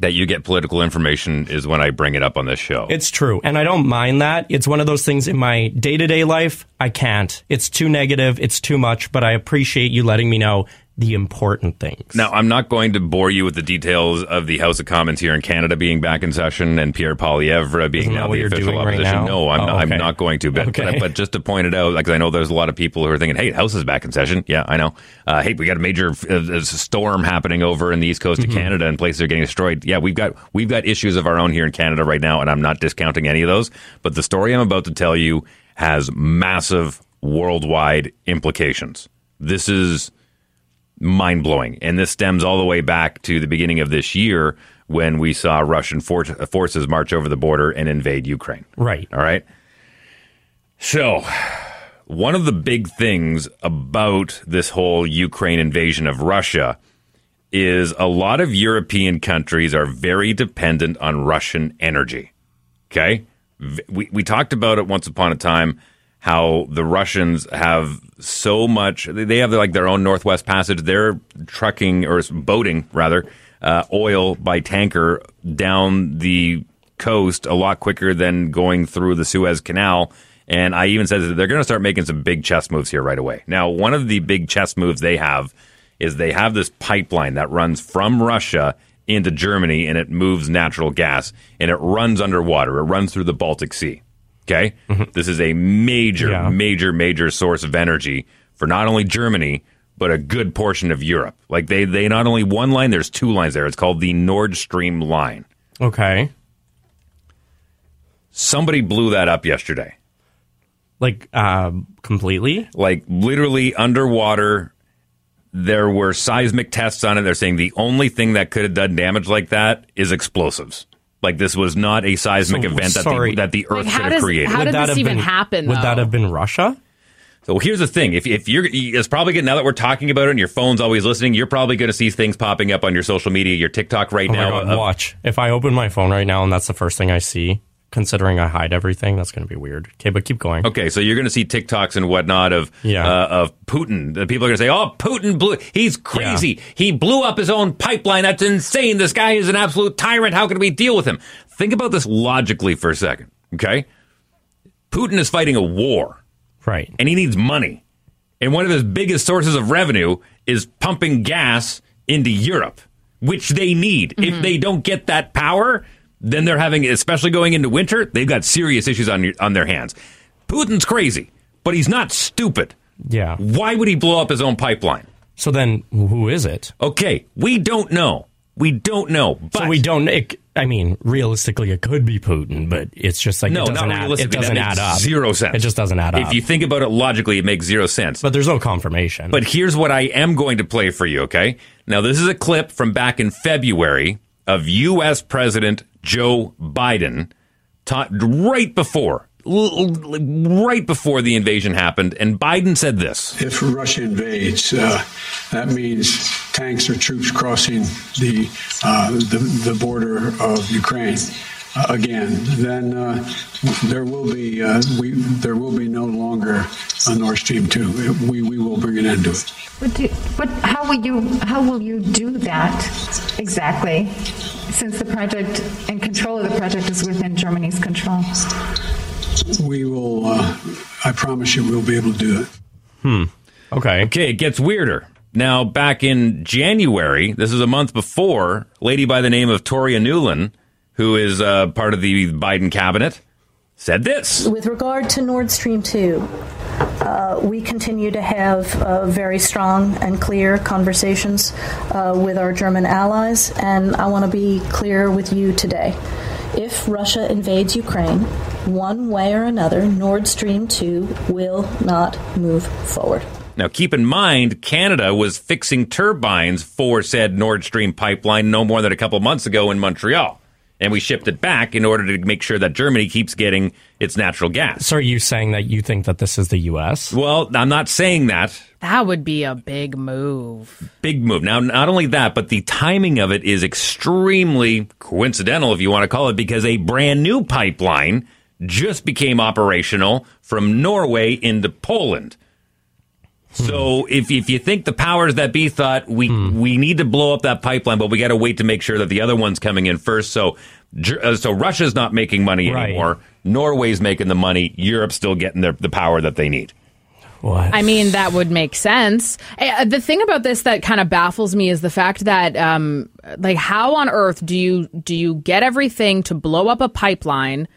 [SPEAKER 3] that you get political information is when I bring it up on this show.
[SPEAKER 4] It's true, and I don't mind that. It's one of those things in my day-to-day life I can't. It's too negative, it's too much, but I appreciate you letting me know the important thing.
[SPEAKER 3] Now, I'm not going to bore you with the details of the House of Commons here in Canada being back in session and Pierre Poilievre being
[SPEAKER 4] Isn't that
[SPEAKER 3] now
[SPEAKER 4] what
[SPEAKER 3] the
[SPEAKER 4] you're
[SPEAKER 3] official
[SPEAKER 4] doing right
[SPEAKER 3] opposition.
[SPEAKER 4] now?
[SPEAKER 3] No, I'm,
[SPEAKER 4] Oh,
[SPEAKER 3] not,
[SPEAKER 4] okay.
[SPEAKER 3] I'm not going to. But,
[SPEAKER 4] Okay.
[SPEAKER 3] but, but just to point it out, because I know there's a lot of people who are thinking, hey, the House is back in session. Yeah, I know. Uh, hey, we got a major uh, uh, storm happening over in the east coast
[SPEAKER 4] Mhm.
[SPEAKER 3] of Canada and places are getting destroyed. Yeah, we've got we've got issues of our own here in Canada right now, and I'm not discounting any of those. But the story I'm about to tell you has massive worldwide implications. This is mind blowing. And this stems all the way back to the beginning of this year when we saw Russian for- forces march over the border and invade Ukraine.
[SPEAKER 4] Right.
[SPEAKER 3] All right. So, one of the big things about this whole Ukraine invasion of Russia is a lot of European countries are very dependent on Russian energy. Okay. v- we we talked about it once upon a time how the Russians have so much they- they have like their own Northwest Passage. They're trucking or boating rather uh, oil by tanker down the coast a lot quicker than going through the Suez Canal. And I even said that they're going to start making some big chess moves here right away. Now, one of the big chess moves they have is they have this pipeline that runs from Russia into Germany and it moves natural gas and it runs underwater. It runs through the Baltic Sea. Okay.
[SPEAKER 4] Mm-hmm.
[SPEAKER 3] This is a major,
[SPEAKER 7] Yeah.
[SPEAKER 3] major, major source of energy for not only Germany, but a good portion of Europe. Like they, they not only one line, there's two lines there. It's called the Nord Stream line.
[SPEAKER 4] Okay.
[SPEAKER 3] Somebody blew that up yesterday.
[SPEAKER 4] Like uh, completely?
[SPEAKER 3] Like literally underwater. There were seismic tests on it. They're saying the only thing that could have done damage like that is explosives. Like this was not a seismic
[SPEAKER 4] So-
[SPEAKER 3] event that
[SPEAKER 4] sorry.
[SPEAKER 3] the, that the Earth
[SPEAKER 5] Like, how
[SPEAKER 3] should have
[SPEAKER 5] does-
[SPEAKER 3] created.
[SPEAKER 5] how Would did that this have even been- happen, would that though? have
[SPEAKER 4] been Russia?
[SPEAKER 3] So here's the thing: if if you're, it's probably good now that we're talking about it, and your phone's always listening. You're probably going to see things popping up on your social media, your TikTok right
[SPEAKER 4] oh
[SPEAKER 3] now. uh,
[SPEAKER 4] my God,
[SPEAKER 3] of-
[SPEAKER 4] watch. If I open my phone right now and that's the first thing I see, considering I hide everything, that's going to be weird. Okay, but keep going.
[SPEAKER 3] Okay, so you're going to see TikToks and whatnot of
[SPEAKER 4] Yeah.
[SPEAKER 3] uh, of Putin. The people are going to say, "Oh, Putin blew. He's crazy. He blew up his own pipeline. That's insane. This guy is an absolute tyrant. How can we deal with him?" Think about this logically for a second, okay? Putin is fighting a war,
[SPEAKER 4] right?
[SPEAKER 3] And he needs money, and one of his biggest sources of revenue is pumping gas into Europe, which they need. If they don't get that power, then they're having, especially going into winter, they've got serious issues on on their hands. Putin's crazy, but he's not stupid.
[SPEAKER 4] Yeah.
[SPEAKER 3] Why would he blow up his own pipeline?
[SPEAKER 4] So then, who is it?
[SPEAKER 3] Okay, we don't know. We don't know. But
[SPEAKER 4] so we don't. It, I mean, realistically, it could be Putin, but it's just like
[SPEAKER 3] no,
[SPEAKER 4] it
[SPEAKER 3] not
[SPEAKER 4] doesn't, add, it
[SPEAKER 3] realistically.
[SPEAKER 4] doesn't
[SPEAKER 3] that
[SPEAKER 4] add
[SPEAKER 3] makes
[SPEAKER 4] up.
[SPEAKER 3] Zero sense.
[SPEAKER 4] It just doesn't add up.
[SPEAKER 3] If you think about it logically, it makes zero sense.
[SPEAKER 4] but there's no confirmation.
[SPEAKER 3] But here's what I am going to play for you, okay? Now, this is a clip from back in February of U.S. President Joe Biden ta- right before. l- l- Right before the invasion happened, and Biden said this.
[SPEAKER 9] If Russia invades, uh, that means tanks or troops crossing the uh, the, the border of Ukraine uh, again. Then uh, there will be uh, we there will be no longer a Nord Stream two. It- We we will bring an end to it.
[SPEAKER 10] But, do, but how will you how will you do that exactly? Since the project and control of the project is within Germany's control.
[SPEAKER 9] We will. Uh, I promise you, we'll be able to do it.
[SPEAKER 3] Hmm.
[SPEAKER 4] Okay.
[SPEAKER 3] Okay, it gets weirder. Now, back in January, this is a month before, a lady by the name of Toria Newland, who is uh, part of the Biden cabinet, said this.
[SPEAKER 24] With regard to Nord Stream 2, uh, we continue to have uh, very strong and clear conversations uh, with our German allies, and I want to be clear with you today. If Russia invades Ukraine, one way or another, Nord Stream 2 will not move forward.
[SPEAKER 3] Now, keep in mind, Canada was fixing turbines for said Nord Stream pipeline no more than a couple months ago in Montreal. And we shipped it back in order to make sure that Germany keeps getting its natural gas.
[SPEAKER 4] so are you saying that you think that this is the U.S.?
[SPEAKER 3] Well, I'm not saying that.
[SPEAKER 5] That would be a big move.
[SPEAKER 3] Big move. Now, not only that, but the timing of it is extremely coincidental, if you want to call it, because a brand new pipeline just became operational from Norway into Poland. So if if you think the powers that be thought we we need to blow up that pipeline, but we got to wait to make sure that the other one's coming in first. So Ger- uh, so Russia's not making money anymore. Norway's making the money. Europe's still getting their, the power that they need.
[SPEAKER 5] I mean, that would make sense. Eh, The thing about this that kind of baffles me is the fact that, um, like, how on earth do you do you get everything to blow up a pipeline,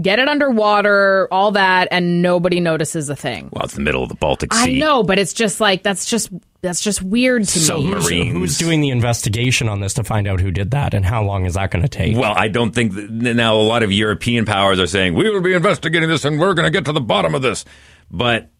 [SPEAKER 5] get it underwater, all that, and nobody notices a thing?
[SPEAKER 3] Well, it's the middle of the Baltic
[SPEAKER 5] I
[SPEAKER 3] Sea.
[SPEAKER 5] know, but it's just like that's just that's just weird to me.
[SPEAKER 4] who's, who's doing the investigation on this to find out who did that, and how long is that going to take?
[SPEAKER 3] Well, I don't think that now a lot of European powers are saying we will be investigating this and we're going to get to the bottom of this. But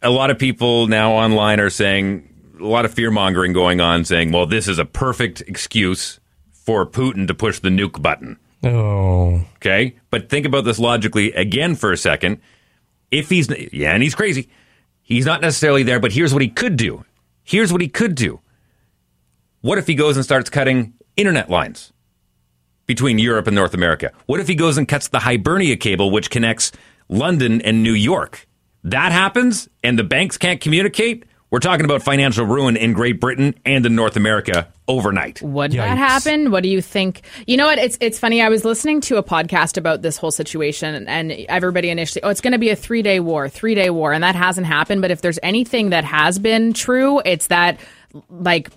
[SPEAKER 3] a lot of people now online are saying a lot of fear mongering going on, saying, "Well, this is a perfect excuse for Putin to push the nuke button."
[SPEAKER 4] Oh,
[SPEAKER 3] Okay, but think about this logically again for a second. If he's yeah, and he's crazy, he's not necessarily there. But here's what he could do. Here's what he could do. What if he goes and starts cutting internet lines? between Europe and North America? What if he goes and cuts the Hibernia cable, which connects London and New York? That happens, and the banks can't communicate. We're talking about financial ruin in Great Britain and in North America overnight.
[SPEAKER 5] Would that happen? What do you think? You know what? It's it's funny. I was listening to a podcast about this whole situation, and everybody initially, oh, it's going to be a three day war, three day war, and that hasn't happened. But if there's anything that has been true, it's that like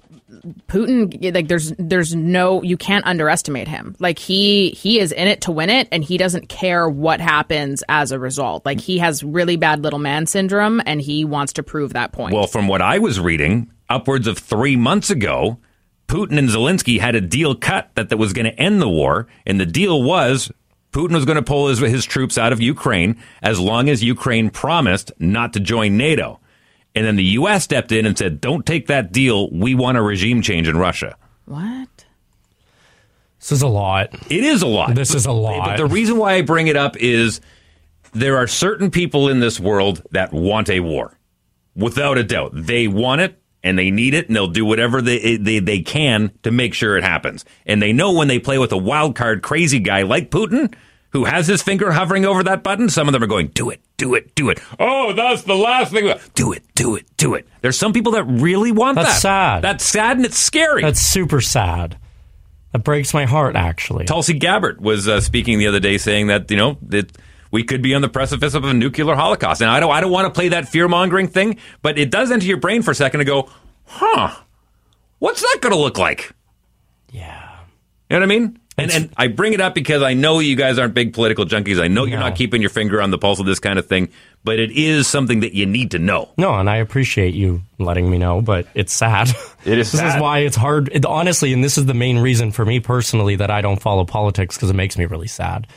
[SPEAKER 5] Putin, like there's there's no you can't underestimate him. Like he he is in it to win it, and he doesn't care what happens as a result. Like he has really bad little man syndrome, and he wants to prove that point.
[SPEAKER 3] Well, from what I was reading, upwards of three months ago, Putin and Zelensky had a deal cut that, that was going to end the war, and the deal was Putin was going to pull his, his troops out of Ukraine as long as Ukraine promised not to join NATO. And then the U.S. stepped in and said, "Don't take that deal. We want a regime change in Russia."
[SPEAKER 5] What?
[SPEAKER 4] This is a lot.
[SPEAKER 3] It is a lot.
[SPEAKER 4] This is a lot.
[SPEAKER 3] But the reason why I bring it up is there are certain people in this world that want a war, without a doubt. They want it and they need it, and they'll do whatever they they, they can to make sure it happens. And they know when they play with a wild card crazy guy like Putin. Who has his finger hovering over that button? Some of them are going, do it, do it, do it. Oh, that's the last thing. Do it, do it, do it. There's some people that really want
[SPEAKER 4] That's
[SPEAKER 3] that.
[SPEAKER 4] sad.
[SPEAKER 3] That's sad and it's scary.
[SPEAKER 4] That's super sad. That breaks my heart, actually.
[SPEAKER 3] Tulsi Gabbard was uh, speaking the other day, saying that you know that we could be on the precipice of a nuclear holocaust. And I don't, I don't want to play that fear mongering thing, but it does enter your brain for a second and go, huh, what's that going to look like? Yeah, you know what I mean. And, and I bring it up because I know you guys aren't big political junkies. I know you're not keeping your finger on the pulse of this kind of thing, but it is something that you need to know.
[SPEAKER 4] No, and I appreciate you letting me know, but it's sad.
[SPEAKER 3] It is
[SPEAKER 4] This
[SPEAKER 3] sad.
[SPEAKER 4] is why it's hard, it- honestly, and this is the main reason for me personally that I don't follow politics because it makes me really sad,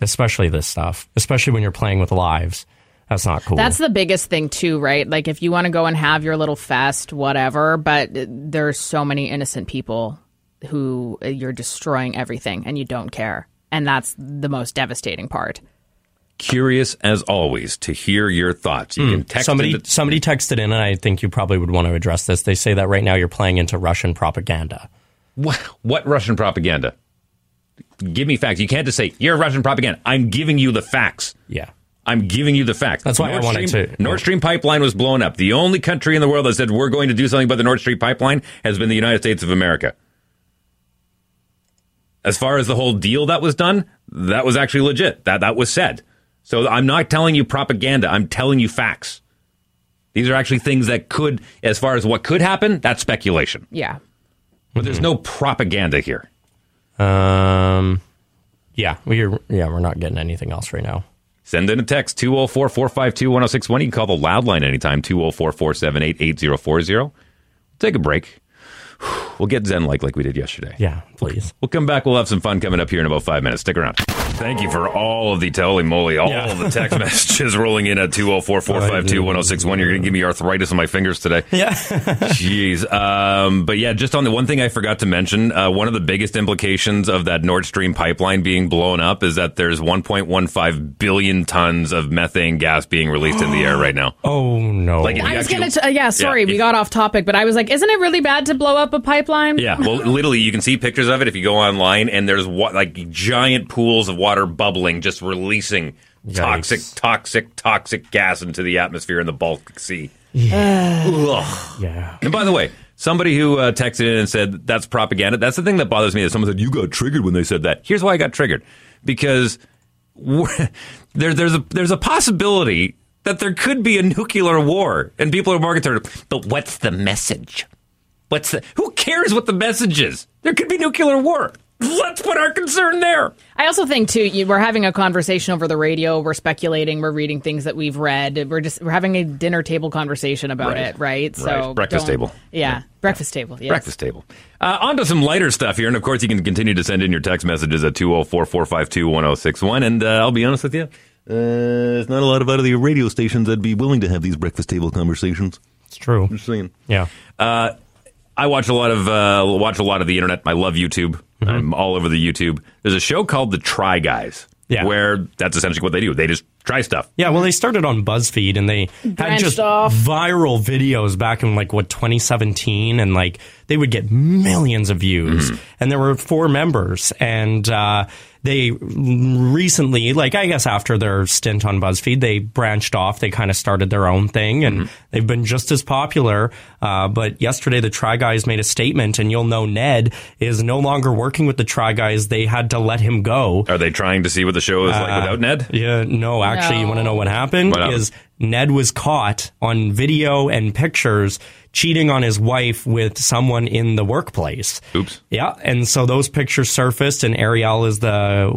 [SPEAKER 4] especially this stuff, especially when you're playing with lives. That's not cool.
[SPEAKER 5] That's the biggest thing too, right? Like if you want to go and have your little fest, whatever, but there's so many innocent people who uh, you're destroying everything and you don't care. And that's the most devastating part.
[SPEAKER 3] Curious as always to hear your thoughts. You
[SPEAKER 4] Hmm.
[SPEAKER 3] can text
[SPEAKER 4] somebody
[SPEAKER 3] into-
[SPEAKER 4] somebody texted in, and I think you probably would want to address this. They say that right now you're playing into Russian propaganda.
[SPEAKER 3] What, what Russian propaganda? Give me facts. You can't just say you're Russian propaganda. I'm giving you the facts.
[SPEAKER 4] Yeah,
[SPEAKER 3] I'm giving you the facts.
[SPEAKER 4] That's why I wanted
[SPEAKER 3] Stream,
[SPEAKER 4] to-
[SPEAKER 3] Nord Stream pipeline was blown up. The only country in the world that said we're going to do something about the Nord Stream pipeline has been the United States of America. As far as the whole deal that was done, that was actually legit. That that was said. So I'm not telling you propaganda. I'm telling you facts. These are actually things that could, as far as what could happen, that's speculation.
[SPEAKER 5] Yeah.
[SPEAKER 3] But there's no propaganda here.
[SPEAKER 4] Mm-hmm. Um, yeah, we're yeah we're not getting anything else right now.
[SPEAKER 3] Send in a text 204 452 1061. You can call the loud line anytime 204 478 8040. Take a break. We'll get Zen like like we did yesterday.
[SPEAKER 4] Yeah, please.
[SPEAKER 3] We'll come back. We'll have some fun coming up here in about five minutes. Stick around. Thank you for all of the tally moly, all
[SPEAKER 4] Yeah.
[SPEAKER 3] of the text messages rolling in at 204 452 1061. You're going to give me arthritis on my fingers today.
[SPEAKER 4] Yeah.
[SPEAKER 3] Jeez. Um, but yeah, just on the one thing I forgot to mention, uh, one of the biggest implications of that Nord Stream pipeline being blown up is that there's 1.15 billion tons of methane gas being released in the air right now.
[SPEAKER 4] Oh no!
[SPEAKER 3] Like if
[SPEAKER 5] I
[SPEAKER 3] you
[SPEAKER 5] was
[SPEAKER 3] actually-
[SPEAKER 5] gonna, t- uh, yeah. Sorry, we got off topic, but I was like, isn't it really bad to blow up a pipeline?
[SPEAKER 3] Yeah, well, literally, you can see pictures of it if you go online, and there's wa- like giant pools of water bubbling, just releasing toxic, toxic, toxic gas into the atmosphere in the Baltic Sea. Ugh.
[SPEAKER 4] Yeah.
[SPEAKER 3] And by the way, somebody who uh, texted in and said that's propaganda. That's the thing that bothers me. That someone said you got triggered when they said that. Here's why I got triggered because we're- there, there's a there's a possibility that there could be a nuclear war, and people are more concerned. But what's the message? What's the who cares what the message is? There could be nuclear war. Let's put our concern there.
[SPEAKER 5] I also think too, you, we're having a conversation over the radio. We're speculating. We're reading things that we've read. We're just we're having a dinner table conversation about
[SPEAKER 3] Right.
[SPEAKER 5] it, right?
[SPEAKER 3] Right. Breakfast
[SPEAKER 5] don't-
[SPEAKER 3] table.
[SPEAKER 5] Yeah, breakfast table. Yes.
[SPEAKER 3] Breakfast table. Uh, on to some lighter stuff here. And of course, you can continue to send in your text messages at 204 452 1061. And uh, I'll be honest with you, uh, there's not a lot of out of the radio stations that'd be willing to have these breakfast table conversations.
[SPEAKER 4] It's true.
[SPEAKER 3] Just saying.
[SPEAKER 4] Yeah.
[SPEAKER 3] Uh, I watch a lot of uh, watch a lot of the internet. I love YouTube.
[SPEAKER 4] Mm-hmm.
[SPEAKER 3] I'm all over the YouTube. There's a show called The Try Guys, yeah. where that's essentially what they do. They just try stuff.
[SPEAKER 4] Yeah, well, they started on BuzzFeed and they had
[SPEAKER 5] Branched
[SPEAKER 4] just
[SPEAKER 5] off.
[SPEAKER 4] viral videos back in like what 2017, and like they would get millions of views.
[SPEAKER 3] Mm-hmm.
[SPEAKER 4] And there were four members, and uh, they recently, like I guess after their stint on BuzzFeed, they branched off. They kind of started their own thing, and
[SPEAKER 3] Mm-hmm.
[SPEAKER 4] they've been just as popular. Uh, but yesterday, the Try Guys made a statement, and you'll know Ned is no longer working with the Try Guys. They had to let him go. Uh,
[SPEAKER 3] Are they trying to see what the show is like without Ned?
[SPEAKER 4] Yeah, no, actually, you
[SPEAKER 3] No.
[SPEAKER 4] want to know what happened?
[SPEAKER 3] What happened?
[SPEAKER 4] Is Ned was caught on video and pictures cheating on his wife with someone in the workplace.
[SPEAKER 3] Oops.
[SPEAKER 4] Yeah, and so those pictures surfaced, and Ariel is the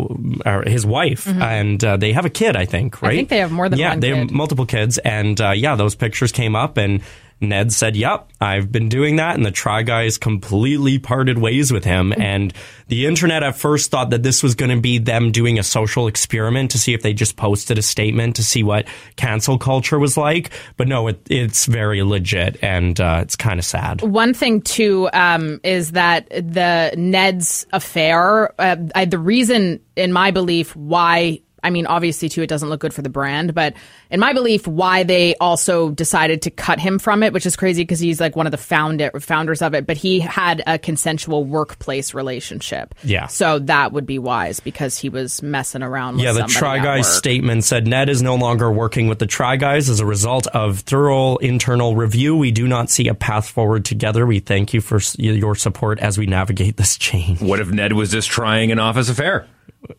[SPEAKER 4] uh, his wife,
[SPEAKER 5] Mhm.
[SPEAKER 4] and uh, they have a kid, I think,
[SPEAKER 5] I
[SPEAKER 4] right?
[SPEAKER 5] think they have more than
[SPEAKER 4] yeah,
[SPEAKER 5] one
[SPEAKER 4] they
[SPEAKER 5] kid.
[SPEAKER 4] have multiple kids, and uh, yeah, those pictures came up, and Ned said, "Yep, I've been doing that," and the Try Guys completely parted ways with him,
[SPEAKER 5] Mm-hmm.
[SPEAKER 4] and the internet at first thought that this was going to be them doing a social experiment to see if they just posted a statement to see what cancel culture was like, but no, it, it's very legit, and uh, it's kind of sad.
[SPEAKER 5] One thing too um, is that the Ned's affair. Uh, I, the reason, in my belief, why I mean, obviously too, it doesn't look good for the brand, but in my belief, why they also decided to cut him from it, which is crazy because he's like one of the founder founders of it, but he had a consensual workplace relationship.
[SPEAKER 4] Yeah.
[SPEAKER 5] so that would be wise because he was messing around.
[SPEAKER 4] Yeah,
[SPEAKER 5] with
[SPEAKER 4] the
[SPEAKER 5] somebody
[SPEAKER 4] Try
[SPEAKER 5] at
[SPEAKER 4] Guys
[SPEAKER 5] work.
[SPEAKER 4] statement said Ned is no longer working with the Try Guys as a result of thorough internal review. We do not see a path forward together. We thank you for s- your support as we navigate this change.
[SPEAKER 3] What if Ned was just trying an office affair?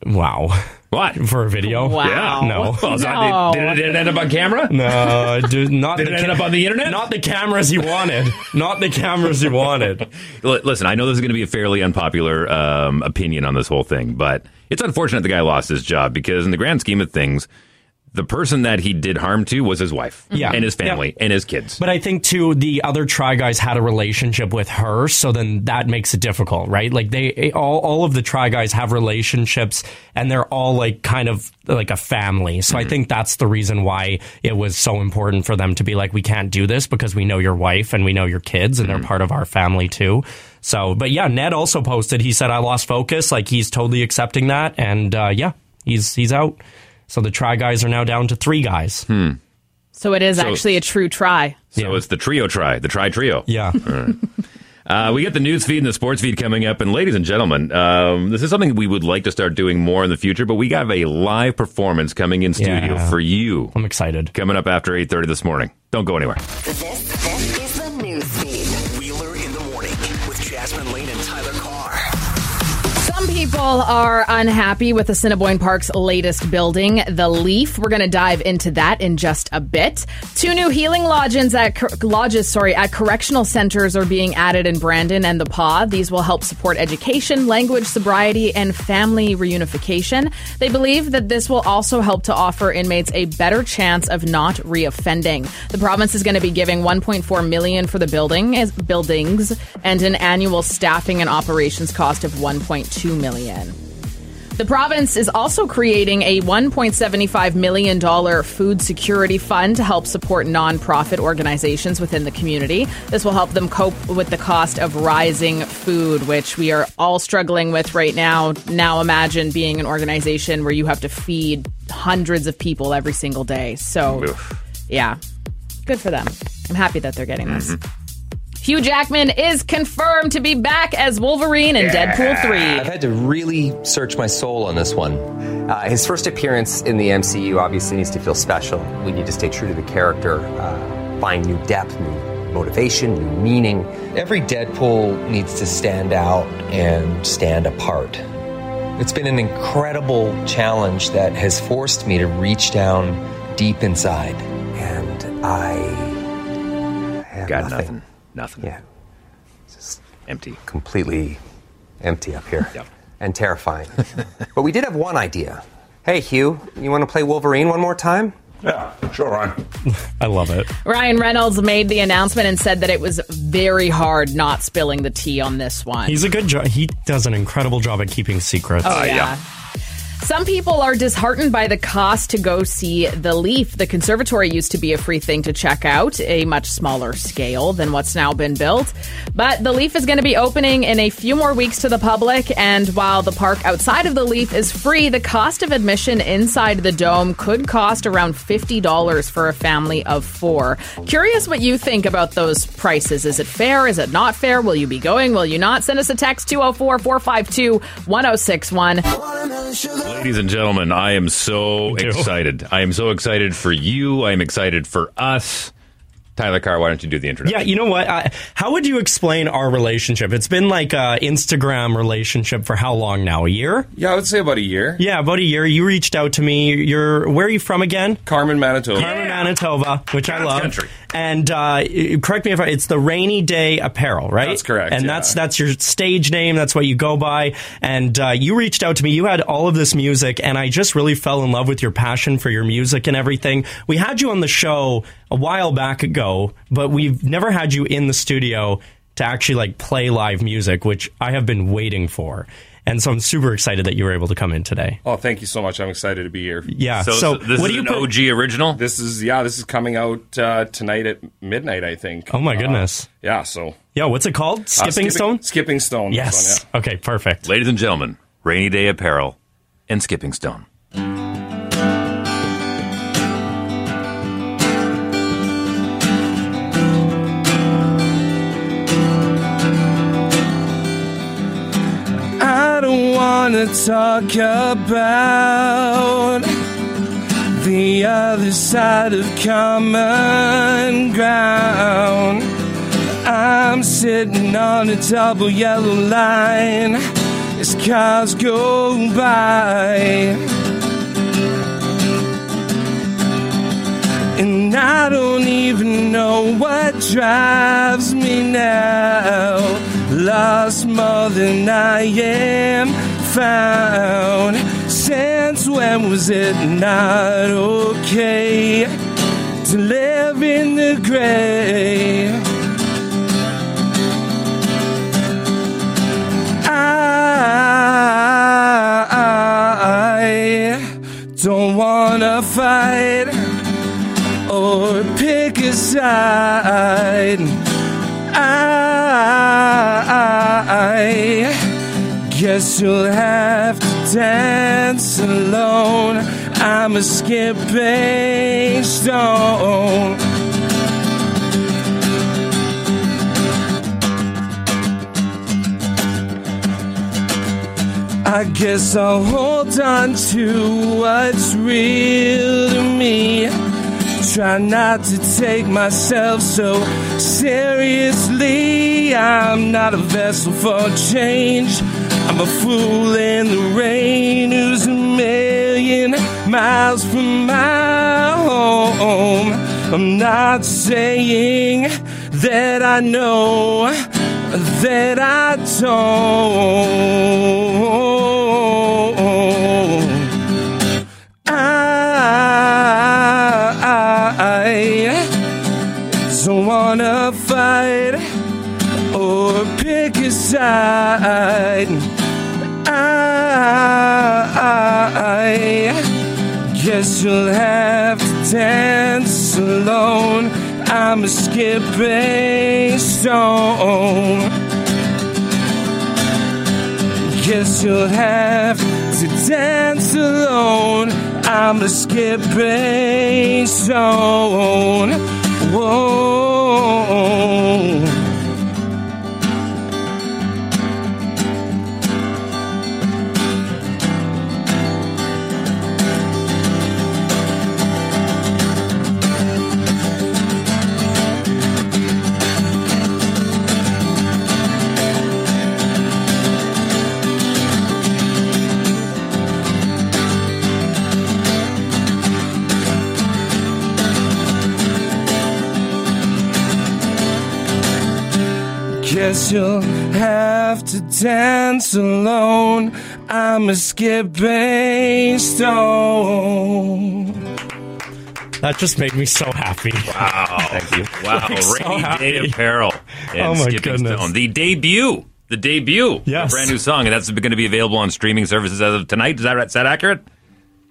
[SPEAKER 4] Wow.
[SPEAKER 3] What?
[SPEAKER 4] For a video?
[SPEAKER 3] Wow.
[SPEAKER 4] Yeah. No.
[SPEAKER 3] Well, it's not- did it- did it end up on camera?
[SPEAKER 4] No, it did not
[SPEAKER 3] Did it end up on the internet?
[SPEAKER 4] Not the cameras you wanted. not the cameras you wanted.
[SPEAKER 3] L- Listen, I know this is going to be a fairly unpopular um, opinion on this whole thing, but it's unfortunate the guy lost his job because, in the grand scheme of things, the person that he did harm to was his wife,
[SPEAKER 4] Yeah.
[SPEAKER 3] and his family, and his kids.
[SPEAKER 4] But I think too, the other try guys had a relationship with her, so then that makes it difficult, right? Like they eh, all, all of the try guys have relationships, and they're all like kind of like a family. So I think that's the reason why it was so important for them to be like, we can't do this because we know your wife and we know your kids, and they're part of our family too. So, but yeah, Ned also posted. He said, "I lost focus." Like he's totally accepting that, and uh, yeah, he's he's out. So the try guys are now down to three guys.
[SPEAKER 5] So it is
[SPEAKER 3] So-
[SPEAKER 5] actually a true try.
[SPEAKER 3] So it's the trio try, the tri trio.
[SPEAKER 4] Yeah.
[SPEAKER 3] Uh, we got the news feed and the sports feed coming up. And ladies and gentlemen, um, this is something we would like to start doing more in the future, but we have a live performance coming in studio
[SPEAKER 4] Yeah.
[SPEAKER 3] for you.
[SPEAKER 4] I'm excited.
[SPEAKER 3] Coming up after 8.30 this morning. Don't go anywhere.
[SPEAKER 2] This is the news feed. Wheeler in the morning with Jasmine Lane and Tyler Carr.
[SPEAKER 5] Some people are unhappy with Assiniboine Park's latest building, The Leaf. We're going to dive into that in just a bit. Two new healing lodges at cor- lodges, sorry, at correctional centers are being added in Brandon and the Paw. These will help support education, language sobriety, and family reunification. They believe that this will also help to offer inmates a better chance of not reoffending. The province is going to be giving 1.4 million for the building as buildings and an annual staffing and operations cost of 1.2 million. The province is also creating a $1.75 million food security fund to help support nonprofit organizations within the community. This will help them cope with the cost of rising food, which we are all struggling with right now. Now imagine being an organization where you have to feed hundreds of people every single day. So, yeah, good for them. I'm happy that they're getting this. Hugh Jackman is confirmed to be back as Wolverine in Deadpool 3.
[SPEAKER 17] I've had to really search my soul on this one. Uh, his first appearance in the MCU obviously needs to feel special. We need to stay true to the character, uh, find new depth, new motivation, new meaning. Every Deadpool needs to stand out and stand apart. It's been an incredible challenge that has forced me to reach down deep inside. And I have
[SPEAKER 3] Got
[SPEAKER 17] nothing.
[SPEAKER 3] Nothing.
[SPEAKER 17] Yeah.
[SPEAKER 3] empty.
[SPEAKER 17] Completely empty up here. And terrifying. but we did have one idea. Hey, Hugh, you want to play Wolverine one more time? Yeah, sure, Ryan.
[SPEAKER 4] I love it.
[SPEAKER 5] Ryan Reynolds made the announcement and said that it was very hard not spilling the tea on this one.
[SPEAKER 4] He's a good job. He does an incredible job at keeping secrets.
[SPEAKER 5] Oh, yeah. Some people are disheartened by the cost to go see The Leaf. The conservatory used to be a free thing to check out, a much smaller scale than what's now been built. But The Leaf is going to be opening in a few more weeks to the public, and while the park outside of The Leaf is free, the cost of admission inside the dome could cost around $50 for a family of four. Curious what you think about those prices. Is it fair? Is it not fair? Will you be going? Will you not? Send us a text 204 452 1061.
[SPEAKER 3] Ladies and gentlemen, I am so excited. I am so excited for you. I am excited for us. Tyler Carr, why don't you do the introduction?
[SPEAKER 4] Yeah, you know what? I, how would you explain our relationship? It's been like a Instagram relationship for how long now? A year?
[SPEAKER 6] Yeah, I would say about a year.
[SPEAKER 4] Yeah, about a year. You reached out to me. You're where are you from again?
[SPEAKER 6] Carmen, Manitoba.
[SPEAKER 4] Carmen, Manitoba, which I
[SPEAKER 6] God's
[SPEAKER 4] love.
[SPEAKER 6] country.
[SPEAKER 4] And uh, correct me if I, it's the Rainy Day Apparel, right?
[SPEAKER 6] That's correct,
[SPEAKER 4] And
[SPEAKER 6] yeah.
[SPEAKER 4] that's that's your stage name. That's what you go by. And uh, you reached out to me. You had all of this music, and I just really fell in love with your passion for your music and everything. We had you on the show a while back ago, but we've never had you in the studio to actually like play live music, which I have been waiting for. And so I'm super excited that you were able to come in today.
[SPEAKER 6] Oh, thank you so much. I'm excited to be here.
[SPEAKER 4] Yeah, So- so so this what is do you an put-
[SPEAKER 3] OG original?
[SPEAKER 6] This is yeah, this is coming out uh, tonight at midnight, I think.
[SPEAKER 4] Oh my
[SPEAKER 6] Uh,
[SPEAKER 4] goodness.
[SPEAKER 6] yeah, so
[SPEAKER 4] Yeah, what's it called? Skipping Stone?
[SPEAKER 6] Skipping Stone. this
[SPEAKER 4] Yes.
[SPEAKER 6] one,
[SPEAKER 4] Okay, perfect.
[SPEAKER 3] Ladies and gentlemen, Rainy Day Apparel and Skipping Stone.
[SPEAKER 7] I don't wanna talk about the other side of common ground. I'm sitting on a double yellow line as cars go by. And I don't even know what drives me now. Lost more than I am found. Since when was it not okay to live in the gray? I don't wanna fight or pick a side. I guess you'll have to dance alone. I'm a skipping stone. I guess I'll hold on to what's real to me. Try not to take myself so seriously. I'm not a vessel for change. I'm a fool in the rain who's a million miles from my home. I'm not saying that I know that I don't. I don't wanna fight or pick a side. I guess you'll have to dance alone. I'm a skipping stone. Guess you'll have to dance alone. I'm a skipping stone. Whoa. Guess you'll have to dance alone. I'm a skipping stone.
[SPEAKER 4] That just made me so happy.
[SPEAKER 3] Wow. Thank you. Wow.
[SPEAKER 4] Like, so
[SPEAKER 3] Rainy Day
[SPEAKER 4] happy.
[SPEAKER 3] Apparel and
[SPEAKER 4] Oh my
[SPEAKER 3] Skipping
[SPEAKER 4] goodness.
[SPEAKER 3] Stone. The debut. the debut.
[SPEAKER 4] Yes.
[SPEAKER 3] A brand new song, and that's going to be available on streaming services as of tonight. Is that, right- is that accurate?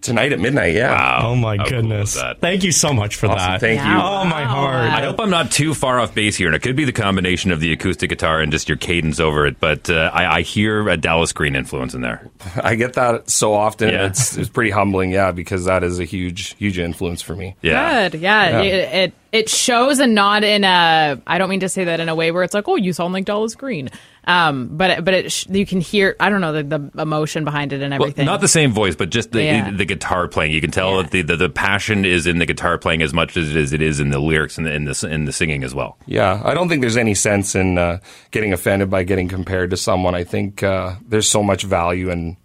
[SPEAKER 3] Tonight at midnight, yeah. Wow.
[SPEAKER 4] Oh my goodness! Thank you so much for that. Oh my heart.
[SPEAKER 3] I hope I'm not too far off base here, and it could be the combination of the acoustic guitar and just your cadence over it. But uh, I, I hear a Dallas Green influence in there.
[SPEAKER 6] I get that so often.
[SPEAKER 3] Yeah.
[SPEAKER 6] It's it's pretty humbling, yeah, because that is a huge huge influence for me.
[SPEAKER 5] Good. Yeah. It, it it shows and not in a I don't mean to say that in a way where it's like, "Oh, you sound like Dallas Green." Um, but it, but it sh- you can hear I don't know the, the emotion behind it and
[SPEAKER 3] Well,
[SPEAKER 5] everything.
[SPEAKER 3] not the same voice, but just the,
[SPEAKER 5] Yeah.
[SPEAKER 3] the, guitar playing. You can tell that the, the, the passion is in the guitar playing as much as it is, it is in the lyrics and the, in, the, in the singing as well.
[SPEAKER 6] Yeah, I don't think there's any sense in uh, getting offended by getting compared to someone. I think uh, there's so much value in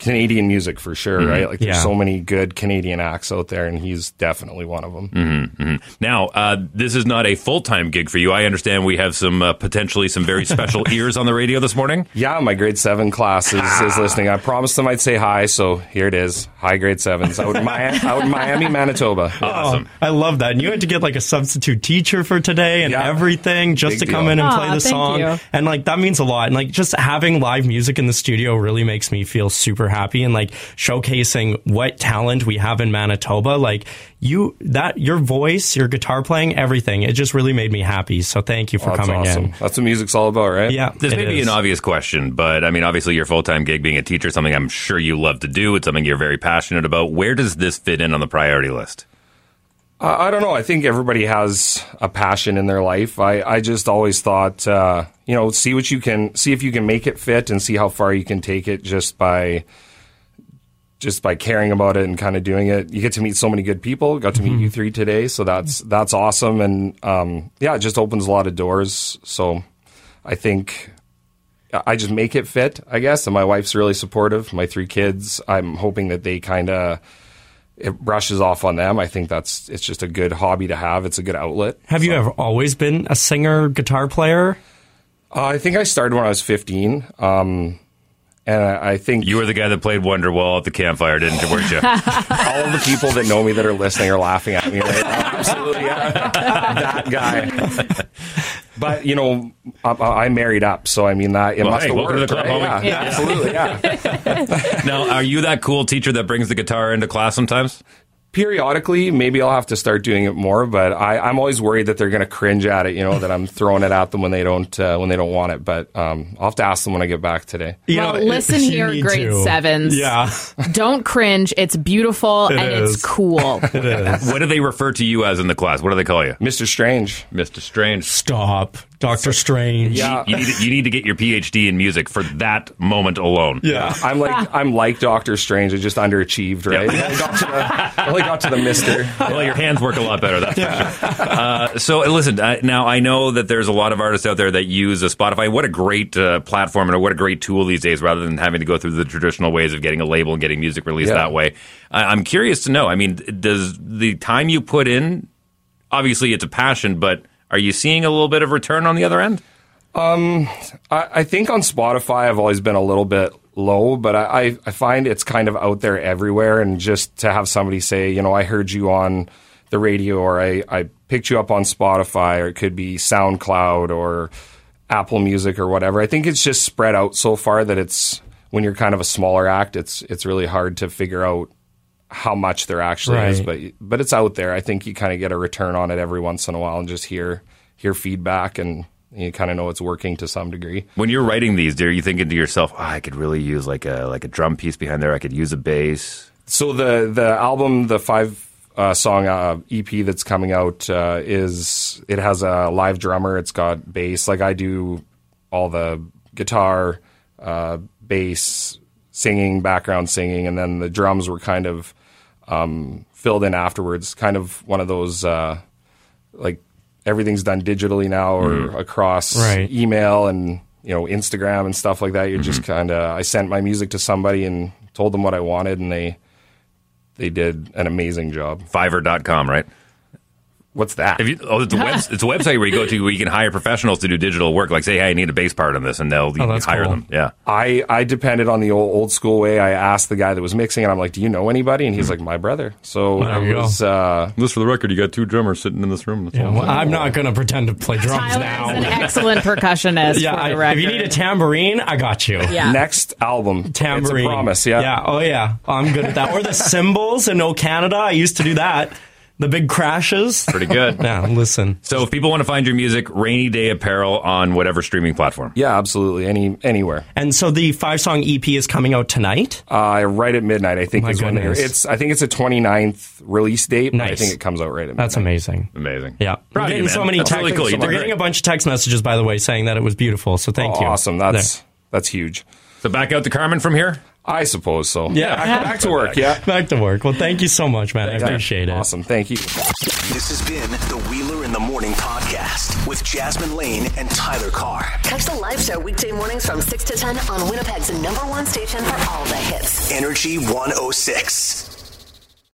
[SPEAKER 6] Canadian music for sure,
[SPEAKER 4] Mm-hmm.
[SPEAKER 3] Mhm.
[SPEAKER 6] right? Like there's
[SPEAKER 3] Yeah.
[SPEAKER 6] so many good Canadian acts out there, and he's definitely one of them.
[SPEAKER 3] Mm-hmm, Now, uh, this is not a full time gig for you. I understand we have some uh, potentially some very special ears on the radio this morning.
[SPEAKER 6] Yeah, my grade seven class is, is listening. I promised them I'd say hi, so here it is. Hi, grade sevens out in, Mi- out in Miami, Manitoba.
[SPEAKER 4] Awesome. I love that. And you had to get like a substitute teacher for today and everything just
[SPEAKER 6] Big
[SPEAKER 4] to come
[SPEAKER 6] deal.
[SPEAKER 4] in and
[SPEAKER 6] Aw,
[SPEAKER 4] play the
[SPEAKER 6] thank
[SPEAKER 4] song.
[SPEAKER 6] you.
[SPEAKER 4] And like that means a lot. And like just having live music in the studio really makes me feel super happy and like showcasing what talent we have in Manitoba. Like you that your voice, your guitar playing, everything, it just really made me happy. So thank you for
[SPEAKER 6] Oh, that's
[SPEAKER 4] coming
[SPEAKER 6] awesome.
[SPEAKER 4] in.
[SPEAKER 6] That's what music's all about, right?
[SPEAKER 4] Yeah.
[SPEAKER 3] This
[SPEAKER 4] it
[SPEAKER 3] may be
[SPEAKER 4] is.
[SPEAKER 3] an obvious question, but I mean, obviously, your full time gig being a teacher, is something I'm sure you love to do. It's something you're very passionate about. Where does this fit in on the priority list?
[SPEAKER 6] I I don't know. I think everybody has a passion in their life. I, I just always thought, uh, you know, see what you can, see if you can make it fit and see how far you can take it just by, just by caring about it and kind of doing it. You get to meet so many good people. Got to meet you three today. So that's, that's awesome. And, um, yeah, it just opens a lot of doors. So I think I just make it fit, I guess. And my wife's really supportive. My three kids, I'm hoping that they kind of, it brushes off on them. I think that's it's just a good hobby to have. It's a good outlet.
[SPEAKER 4] Have you ever always been a singer, guitar player?
[SPEAKER 6] Uh, I think I started when I was 15. Um, and I, I think
[SPEAKER 3] you were the guy that played Wonderwall at the campfire, didn't you? Weren't you?
[SPEAKER 6] All of the people that know me that are listening are laughing at me right now. Absolutely, yeah. that guy. But you know, I, I I married up, so I mean that it
[SPEAKER 3] Well,
[SPEAKER 6] must
[SPEAKER 3] hey,
[SPEAKER 6] have
[SPEAKER 3] welcome
[SPEAKER 6] worked.
[SPEAKER 3] to the club,
[SPEAKER 6] right?
[SPEAKER 3] homie.
[SPEAKER 6] Yeah,
[SPEAKER 3] Yeah.
[SPEAKER 6] absolutely. Yeah.
[SPEAKER 3] now, are you that cool teacher that brings the guitar into class sometimes?
[SPEAKER 6] Periodically, maybe I'll have to start doing it more, but I, I'm always worried that they're going to cringe at it. You know that I'm throwing it at them when they don't uh, when they don't want it. But um, I'll have to ask them when I get back today.
[SPEAKER 5] well, listen here, grade sevens.
[SPEAKER 6] Yeah.
[SPEAKER 5] don't cringe. It's beautiful
[SPEAKER 3] It
[SPEAKER 5] and
[SPEAKER 3] is.
[SPEAKER 5] it's cool.
[SPEAKER 3] What do they refer to you as in the class? What do they call you?
[SPEAKER 6] Mr. Strange.
[SPEAKER 3] Mr. Strange.
[SPEAKER 4] Stop. Doctor Strange.
[SPEAKER 3] You, you need, you need to get your PhD in music for that moment alone.
[SPEAKER 6] Yeah, I'm like I'm like Doctor Strange. I just underachieved, right? I got to the, only got to the Mister.
[SPEAKER 3] Well, your hands work a lot better, that's for sure. Uh, so, uh, listen, uh, now I know that there's a lot of artists out there that use a Spotify. What a great uh, platform and what a great tool these days, rather than having to go through the traditional ways of getting a label and getting music released
[SPEAKER 6] Yeah.
[SPEAKER 3] that way. I I'm curious to know. I mean, does the time you put in, obviously it's a passion, but are you seeing a little bit of return on the other end?
[SPEAKER 6] Um, I, I think on Spotify I've always been a little bit low, but I, I, I find it's kind of out there everywhere. And just to have somebody say, you know, I heard you on the radio, or I, I picked you up on Spotify, or it could be SoundCloud or Apple Music or whatever. I think it's just spread out so far that it's when you're kind of a smaller act, it's it's really hard to figure out how much there actually is,
[SPEAKER 4] Right.
[SPEAKER 6] but but it's out there. I think you kind of get a return on it every once in a while and just hear hear feedback and you kind of know it's working to some degree.
[SPEAKER 3] When you're writing these, are you thinking to yourself, "Oh, I could really use like a like a drum piece behind there. I could use a bass.
[SPEAKER 6] So the the album, the five uh, song uh, EP that's coming out uh, is it has a live drummer. It's got bass. Like I do all the guitar, uh, bass, singing, background singing, and then the drums were kind of um, filled in afterwards. Kind of one of those uh, like everything's done digitally now or
[SPEAKER 3] Mhm.
[SPEAKER 6] across
[SPEAKER 3] Right.
[SPEAKER 6] email and you know Instagram and stuff like that. You're
[SPEAKER 4] Mm-hmm.
[SPEAKER 6] just kind of. I sent my music to somebody and told them what I wanted, and they they did an amazing job.
[SPEAKER 3] Fiverr.com, right?
[SPEAKER 6] What's that?
[SPEAKER 3] If you, oh, it's a, web, it's a website where you go to where you can hire professionals to do digital work. Like, say, hey, I need a bass part on this, and they'll you
[SPEAKER 4] Oh,
[SPEAKER 3] can hire them. Yeah.
[SPEAKER 6] I, I depended on the old, old school way. I asked the guy that was mixing, and I'm like, "Do you know anybody?" And he's like, "My brother." So
[SPEAKER 4] Hmm. There you
[SPEAKER 6] it
[SPEAKER 4] go.
[SPEAKER 6] was. Uh,
[SPEAKER 3] Just for the record, you got two drummers sitting in this room.
[SPEAKER 4] Yeah, well, I'm not going to pretend to play drums
[SPEAKER 5] Tyler
[SPEAKER 4] now.
[SPEAKER 5] is an excellent percussionist.
[SPEAKER 4] yeah,
[SPEAKER 5] for
[SPEAKER 4] I-
[SPEAKER 5] the record.
[SPEAKER 4] if you need a tambourine, I got you.
[SPEAKER 5] Yeah.
[SPEAKER 6] Next album,
[SPEAKER 4] tambourine.
[SPEAKER 6] It's a promise, yeah.
[SPEAKER 4] Yeah. Oh yeah, I'm good at that. Or the cymbals in O Canada. I used to do that. The big crashes.
[SPEAKER 3] Pretty good.
[SPEAKER 4] yeah. Listen.
[SPEAKER 3] So, if people want to find your music, Rainy Day Apparel on whatever streaming platform.
[SPEAKER 6] Yeah, absolutely. Any anywhere.
[SPEAKER 4] And so the five song EP is coming out tonight. Oh
[SPEAKER 6] Uh, right at midnight, I think
[SPEAKER 4] My
[SPEAKER 6] is when they're-
[SPEAKER 4] goodness.
[SPEAKER 6] it's. I think it's a 29th release date. but I
[SPEAKER 4] Nice.
[SPEAKER 6] think it comes out right at midnight.
[SPEAKER 4] That's amazing.
[SPEAKER 3] Amazing.
[SPEAKER 4] Yeah.
[SPEAKER 6] Proud of
[SPEAKER 4] we're
[SPEAKER 6] you,
[SPEAKER 4] getting so
[SPEAKER 6] man.
[SPEAKER 4] many
[SPEAKER 6] That's
[SPEAKER 4] text.
[SPEAKER 6] really cool. You did
[SPEAKER 4] We're getting
[SPEAKER 6] great.
[SPEAKER 4] a bunch of text messages, by the way, saying that it was beautiful. So thank
[SPEAKER 6] Oh,
[SPEAKER 4] you.
[SPEAKER 6] Awesome. That's that's huge.
[SPEAKER 3] So back out to Carmen from here.
[SPEAKER 6] I suppose so.
[SPEAKER 4] Yeah.
[SPEAKER 6] Back, back to work. Yeah.
[SPEAKER 4] Back to work. Well, thank you so much, man. I appreciate it.
[SPEAKER 6] Awesome. Thank you.
[SPEAKER 1] This has been the Wheeler in the Morning podcast with Jasmine Lane and Tyler Carr.
[SPEAKER 2] Catch the live show weekday mornings from 6 to 10 on Winnipeg's number one station for all the hits.
[SPEAKER 1] oh Energy 106.